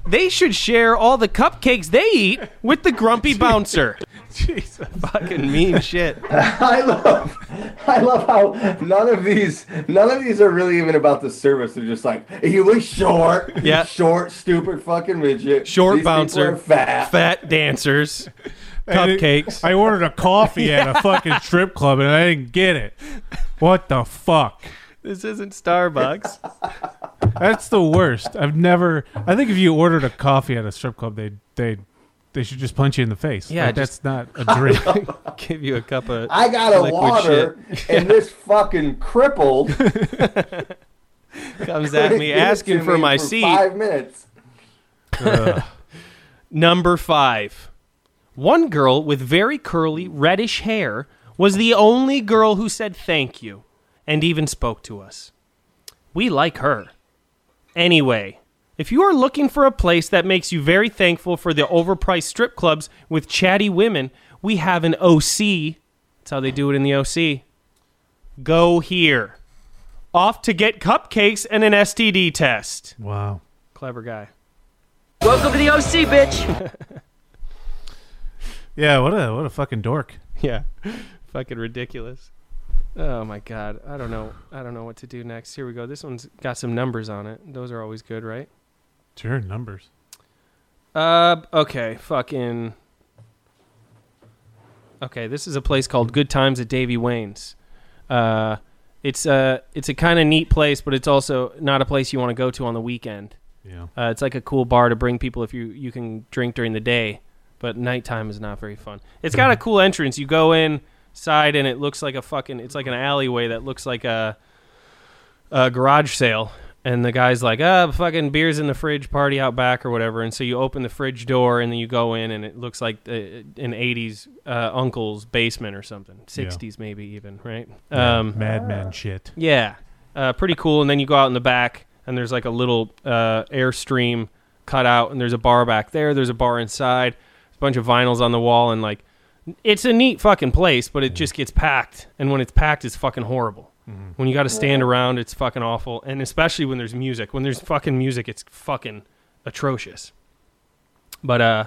They should share all the cupcakes they eat with the grumpy bouncer. Jesus. Fucking mean shit. I love, I love how none of these, none of these are really even about the service. They're just like he was short, Yeah. short, stupid, fucking midget, Short These people bouncer. are fat. dancers. And it- cupcakes. I ordered a coffee at a fucking strip club and I didn't get it. What the fuck? This isn't Starbucks. That's the worst. I've never. I think if you ordered a coffee at a strip club, they they they should just punch you in the face. Yeah, Like, just- that's not a drink. Give you a cup of I got a liquid water, shit. and this fucking crippled comes at me asking to for me my for seat. Five minutes. Number five. One girl with very curly, reddish hair was the only girl who said thank you and even spoke to us. We like her. Anyway, if you are looking for a place that makes you very thankful for the overpriced strip clubs with chatty women, we have an OC. That's how they do it in the OC. Go here. Off to get cupcakes and an STD test. wow. Clever guy. Welcome to the OC, bitch. Yeah. What a what a fucking dork. yeah fucking ridiculous oh my god i don't know i don't know what to do next here we go this one's got some numbers on it those are always good right Sure. Numbers. uh okay fucking okay this is a place called good times at davy wayne's uh it's a it's a kind of neat place but it's also not a place you want to go to on the weekend Yeah. uh, it's like a cool bar to bring people if you you can drink during the day, but nighttime is not very fun. It's got a cool entrance. You go inside and it looks like a fucking. It's like an alleyway that looks like a, a garage sale. And the guy's like, "Ah, fucking beers in the fridge, party out back or whatever." And so you open the fridge door and then you go in and it looks like the, an '80s uh, uncle's basement or something, '60s maybe even, right? Um, Madman shit. yeah, uh, pretty cool. And then you go out in the back, and there's like a little uh, airstream cut out, and there's a bar back there. There's a bar inside. There's a bunch of vinyls on the wall, and like, it's a neat fucking place, but it just gets packed. And when it's packed, it's fucking horrible. When you got to stand around, it's fucking awful. And especially when there's music. When there's fucking music, it's fucking atrocious. But uh,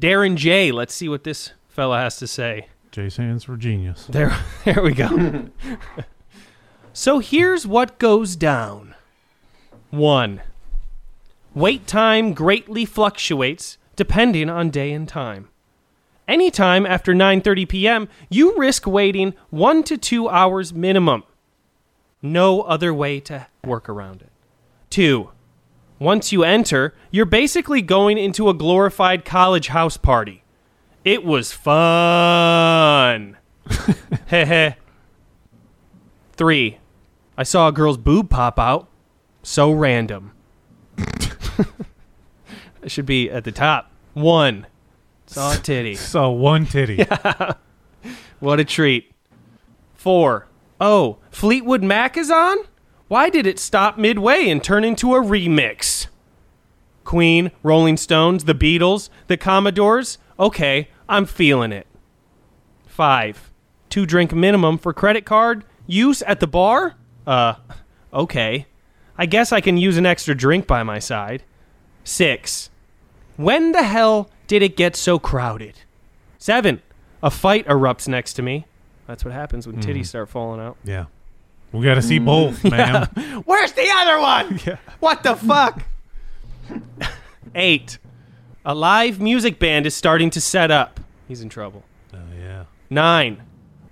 Darren J, let's see what this fella has to say. Jay Sands for genius. There, there we go. so here's what goes down. One, wait time greatly fluctuates depending on day and time. Anytime after 9:30 p.m., you risk waiting 1 to 2 hours minimum. No other way to work around it. 2. Once you enter, you're basically going into a glorified college house party. It was fun. Heh Three, I saw a girl's boob pop out. So random. it should be at the top. One, saw a titty. Saw one titty. Yeah. What a treat. Four, oh, Fleetwood Mac is on? Why did it stop midway and turn into a remix? Queen, Rolling Stones, The Beatles, The Commodores. Okay, I'm feeling it. Five, two drink minimum for credit card use at the bar? Uh, okay. I guess I can use an extra drink by my side. Six, when the hell did it get so crowded? Seven, a fight erupts next to me. That's what happens when titties Mm. start falling out. Yeah. We got to see both, Yeah. ma'am. Where's the other one? What the fuck? Eight. A live music band is starting to set up. He's in trouble. Oh, yeah. Nine.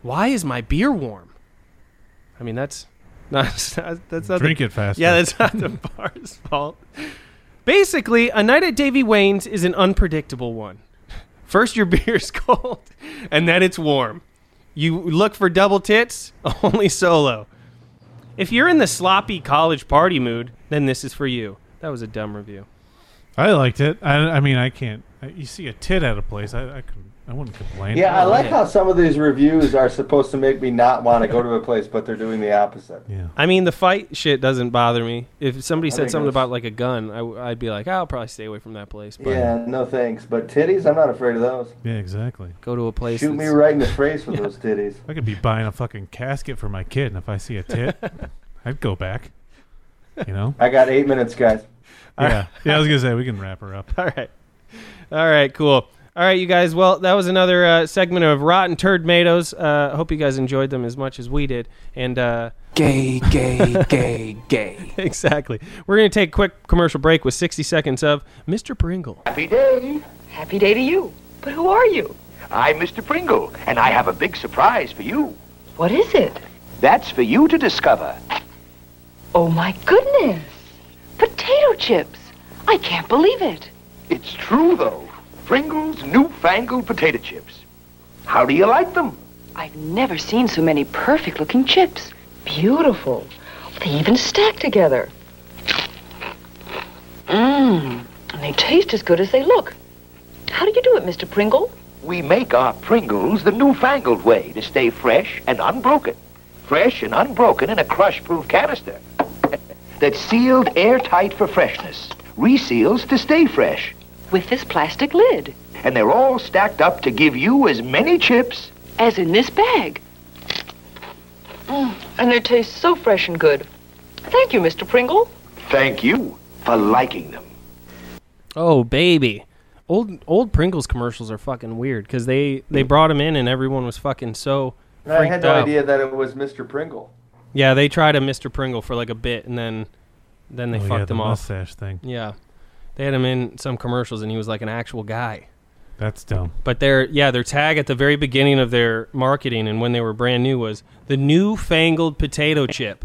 Why is my beer warm? I mean, that's not. That's not Drink the, it faster. Yeah, that's not the bar's fault. Basically, a night at Davy Wayne's is an unpredictable one. First, your beer's cold, and then it's warm. You look for double tits, only solo. If you're in the sloppy college party mood, then this is for you. That was a dumb review. I liked it. I, I mean, I can't. I, you see a tit at a place, I, I, couldn't- I wouldn't complain. Yeah, Oh, I like how some of these reviews are supposed to make me not want to go to a place, but they're doing the opposite. Yeah. I mean, the fight shit doesn't bother me. If somebody I said think something that's- about like a gun, I, would be like, I'll probably stay away from that place. But Yeah, no thanks. But titties, I'm not afraid of those. Yeah, exactly. go to a place. Shoot me that's- right in the face with those titties. I could be buying a fucking casket for my kid, and if I see a tit, I'd go back. You know? I got eight minutes, guys. Yeah. Yeah, I was going to say, we can wrap her up. All right. All right, cool. All right, you guys. Well, that was another uh, segment of Rotten Turd Tomatoes. Uh, I hope you guys enjoyed them as much as we did. And uh, Gay, gay, gay, gay. exactly. We're going to take a quick commercial break with 60 seconds of Mr. Pringle. Happy day. Happy day to you. But who are you? I'm Mr. Pringle, and I have a big surprise for you. What is it? That's for you to discover. Oh my goodness! Potato chips! I can't believe it! It's true, though. Pringle's newfangled potato chips. How do you like them? I've never seen so many perfect looking chips. Beautiful. They even stack together. Mmm. And they taste as good as they look. How do you do it, Mr. Pringle? We make our Pringles the newfangled way to stay fresh and unbroken. Fresh and unbroken in a crush-proof canister that's sealed airtight for freshness, reseals to stay fresh. With this plastic lid. And they're all stacked up to give you as many chips As in this bag. Mm. And they taste so fresh and good. Thank you, Mr. Pringle. Thank you for liking them. Oh, baby. Old old Pringles commercials are fucking weird because they, they brought him in and everyone was fucking so. And I had freaked no out. idea that it was Mr. Pringle. Yeah, they tried a Mr. Pringle for like a bit, and then then they Oh, yeah, fucked the him off. mustache thing. Yeah, they had him in some commercials, and he was like an actual guy. That's dumb. But their yeah, their tag at the very beginning of their marketing and when they were brand new was the newfangled potato chip,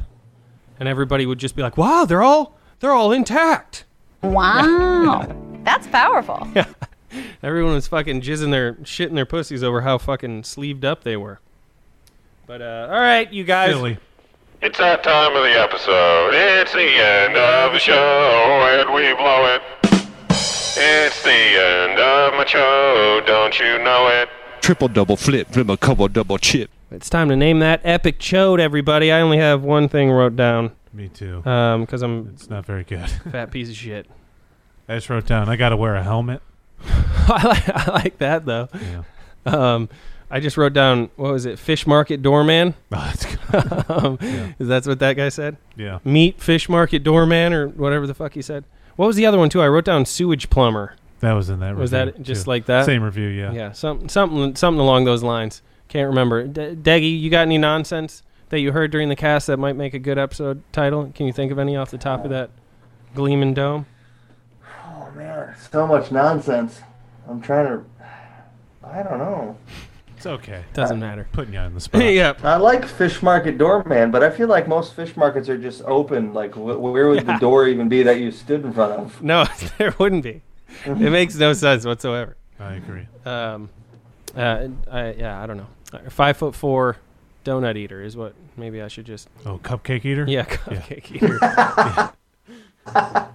and everybody would just be like, "Wow, they're all they're all intact." Wow. That's powerful. Everyone was fucking jizzing their shitting their pussies over how fucking sleeved up they were. But uh, all right, you guys. It's that time of the episode. It's the end of the show, and we blow it. It's the end of my show, don't you know it? Triple double flip, dribble, couple double chip. It's time to name that epic chode, everybody. I only have one thing wrote down. Me too. Um, because I'm. It's not very good. Fat piece of shit. I just wrote down, I got to wear a helmet. Oh, I like I like that though. Um, I just wrote down what was it? Fish market doorman. um, Is that what that guy said? Yeah. Meat fish market doorman or whatever the fuck he said. What was the other one too? I wrote down sewage plumber. That was in that. Was review, that just too. like that? Same review, yeah. Yeah, some, something something along those lines. Can't remember. De- Deggy, you got any nonsense that you heard during the cast that might make a good episode title? Can you think of any off the top of that gleaming dome? Oh man, so much nonsense. I'm trying to. I don't know. It's okay. Doesn't matter. Putting you on the spot. yep. I like fish market doorman, but I feel like most fish markets are just open. Like, wh- where would the door even be that you stood in front of? No, there wouldn't be. It makes no sense whatsoever. I agree. Um, uh, I, yeah, I don't know. Uh, Five foot four donut eater is what maybe I should just. Oh, cupcake eater. Yeah, cupcake eater.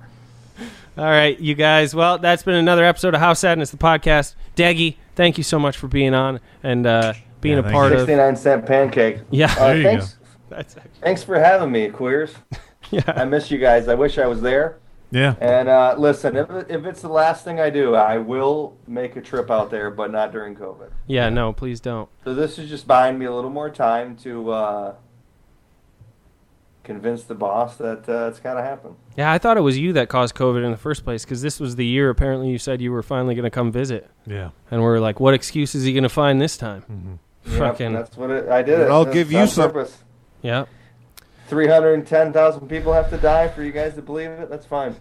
All right, you guys. Well, that's been another episode of How Sadness, the podcast. Daggy, thank you so much for being on and uh, being Yeah, a thank part you. of. 69 cent pancake. Yeah. Uh, There you go. thanks. That's Thanks for having me, queers. Yeah. I miss you guys. I wish I was there. Yeah. And uh, listen, if, if it's the last thing I do, I will make a trip out there, but not during COVID. Yeah, no, please don't. So this is just buying me a little more time to uh, convince the boss that uh, it's got to happen. Yeah, I thought it was you that caused COVID in the first place because this was the year apparently you said you were finally going to come visit. Yeah. And we are like, what excuse is he going to find this time? Mm-hmm. Yep, Fucking. that's what it, I did. It. I'll That's give you on some- purpose. yeah. 310,000 people have to die for you guys to believe it. That's fine.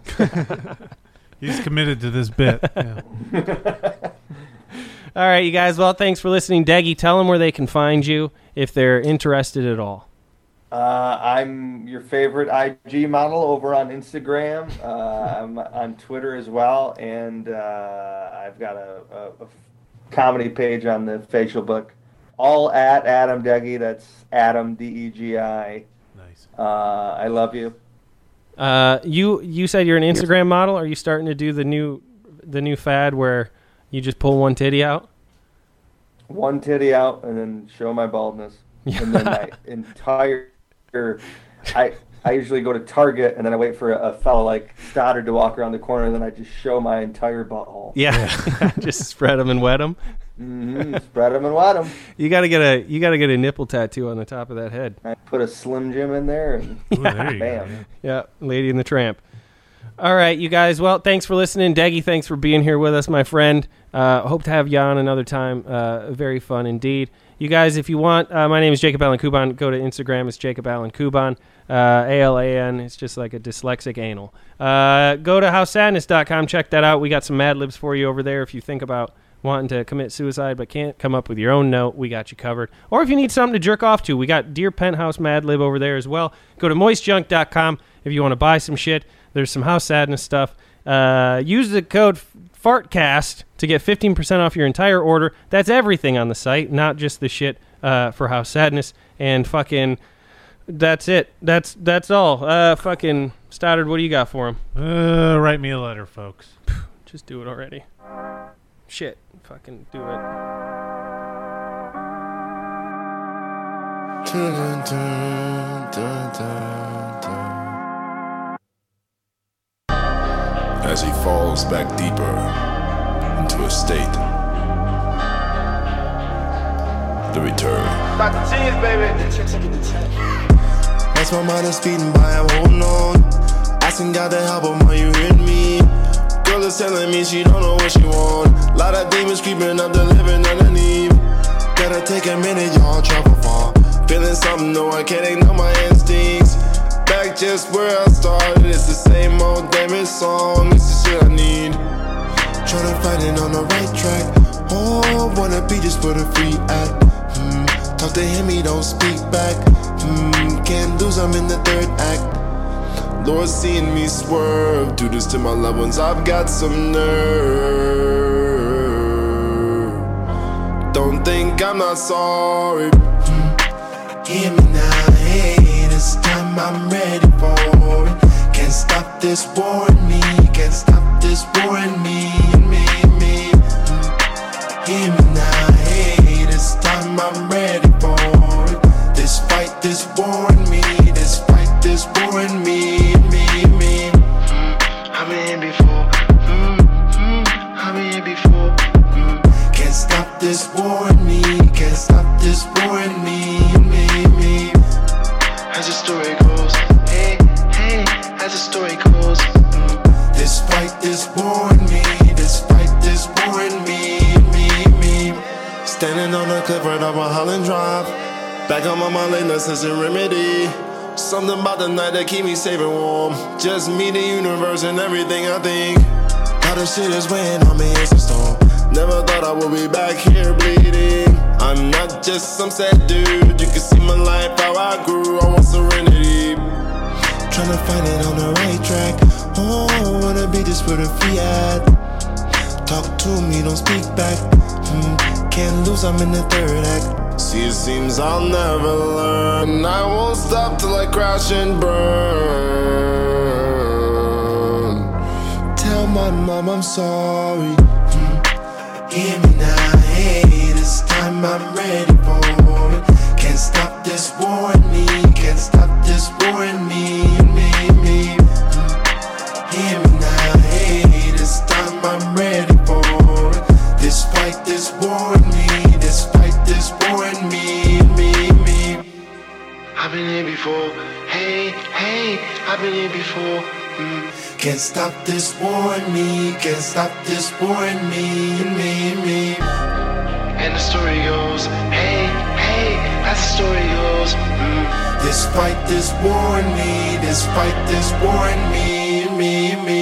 He's committed to this bit. Yeah. All right, you guys. Well, thanks for listening. Deggy, tell them where they can find you if they're interested at all. Uh, I'm your favorite IG model over on Instagram. Uh, I'm on Twitter as well, and uh, I've got a, a, a comedy page on the facial book. All at Adam Deggy. That's Adam D E G I. Nice. Uh, I love you. Uh, you you said you're an Instagram model. Are you starting to do the new the new fad where you just pull one titty out? One titty out, and then show my baldness, and then my entire. I I usually go to Target, and then I wait for a, a fellow like Stoddard to walk around the corner, and then I just show my entire butthole. Yeah, just spread them and wet them. hmm Spread them and wet them. You gotta get a you gotta get a nipple tattoo on the top of that head. I put a Slim Jim in there, and Ooh, there you go. Bam. yeah. Yeah, Lady and the Tramp. All right, you guys. Well, thanks for listening, Deggy. Thanks for being here with us, my friend. Uh, hope to have you on another time. Uh, very fun indeed. You guys, if you want, uh, my name is Jacob Allen Kuban. Go to Instagram. It's Jacob Allen Kuban. Uh, A L A N. It's just like a dyslexic anal. Uh, go to howsadness.com. Check that out. We got some Mad Libs for you over there. If you think about wanting to commit suicide but can't come up with your own note, we got you covered. Or if you need something to jerk off to, we got Deer Penthouse Mad Lib over there as well. Go to moistjunk.com if you want to buy some shit. There's some house sadness stuff. Uh, use the code FARTCAST to get 15% off your entire order. That's everything on the site, not just the shit uh, for house sadness. And fucking, that's it. That's that's all. Uh, fucking Stoddard, what do you got for him? Uh, write me a letter, folks. Just do it already. Shit. Fucking do it. Dun, dun, dun, dun, dun. as he falls back deeper into a state. The return. That's my mind is speeding by, I'm holding on. Asking God to help him, are you hearing me? Girl is telling me she don't know what she want. Lot of demons creeping up the living underneath. Gotta take a minute, y'all travel far. Feeling something, no, I can't ignore my instincts. Back just where I started, it's the same old damn song. It's the shit I need. Tryna find it on the right track. Oh, wanna be just for the free act. Hmm. Talk to him, he don't speak back. Hmm. Can't lose, I'm in the third act. Lord, seeing me swerve. Do this to my loved ones, I've got some nerve. Don't think I'm not sorry. Hmm. Hear me now, hey, this time I'm ready for it. Can't stop this war in me, can't stop this war in me, in me, in me. Hmm. Hear me now, hey, this time I'm ready for it. This fight, this war in me, this fight, this war in me, me, me. I'm in before, mm, mm, I'm in before. Mm. Can't stop this war in me, can't stop this war in me, me, me. As the story goes, hey, hey, as the story goes. Mm. This fight, this war in me, this fight. live right off my Holland Drive. Back on my mind late nights, that's a remedy. Something about the night that keep me safe and warm. Just me, the universe, and everything I think. Now the shit is weighing on me, it's a storm. Never thought I would be back here bleeding. I'm not just some sad dude. You can see my life, how I grew. I want serenity. Tryna find it on the right track. Oh, I wanna be this for the fiat. Talk to me, don't speak back. Hmm, Can't lose, I'm in the third act. See, it seems I'll never learn. I won't stop till I crash and burn. Tell my mom I'm sorry. Hmm, Hear me now, hey, this time I'm ready for it. Can't stop this war in me, can't stop this war in me, me, me. Hear me now, hey, this time I'm ready for it. This fight, this war in me, this fight, this war in me, me, me. I've been here before, hey, hey, I've been here before. Mm. Can't stop this war in me, can't stop this war in me, me, me. And the story goes, hey, hey, as the story goes. Mm. This fight, this war in me, this fight, this war in me, me, me.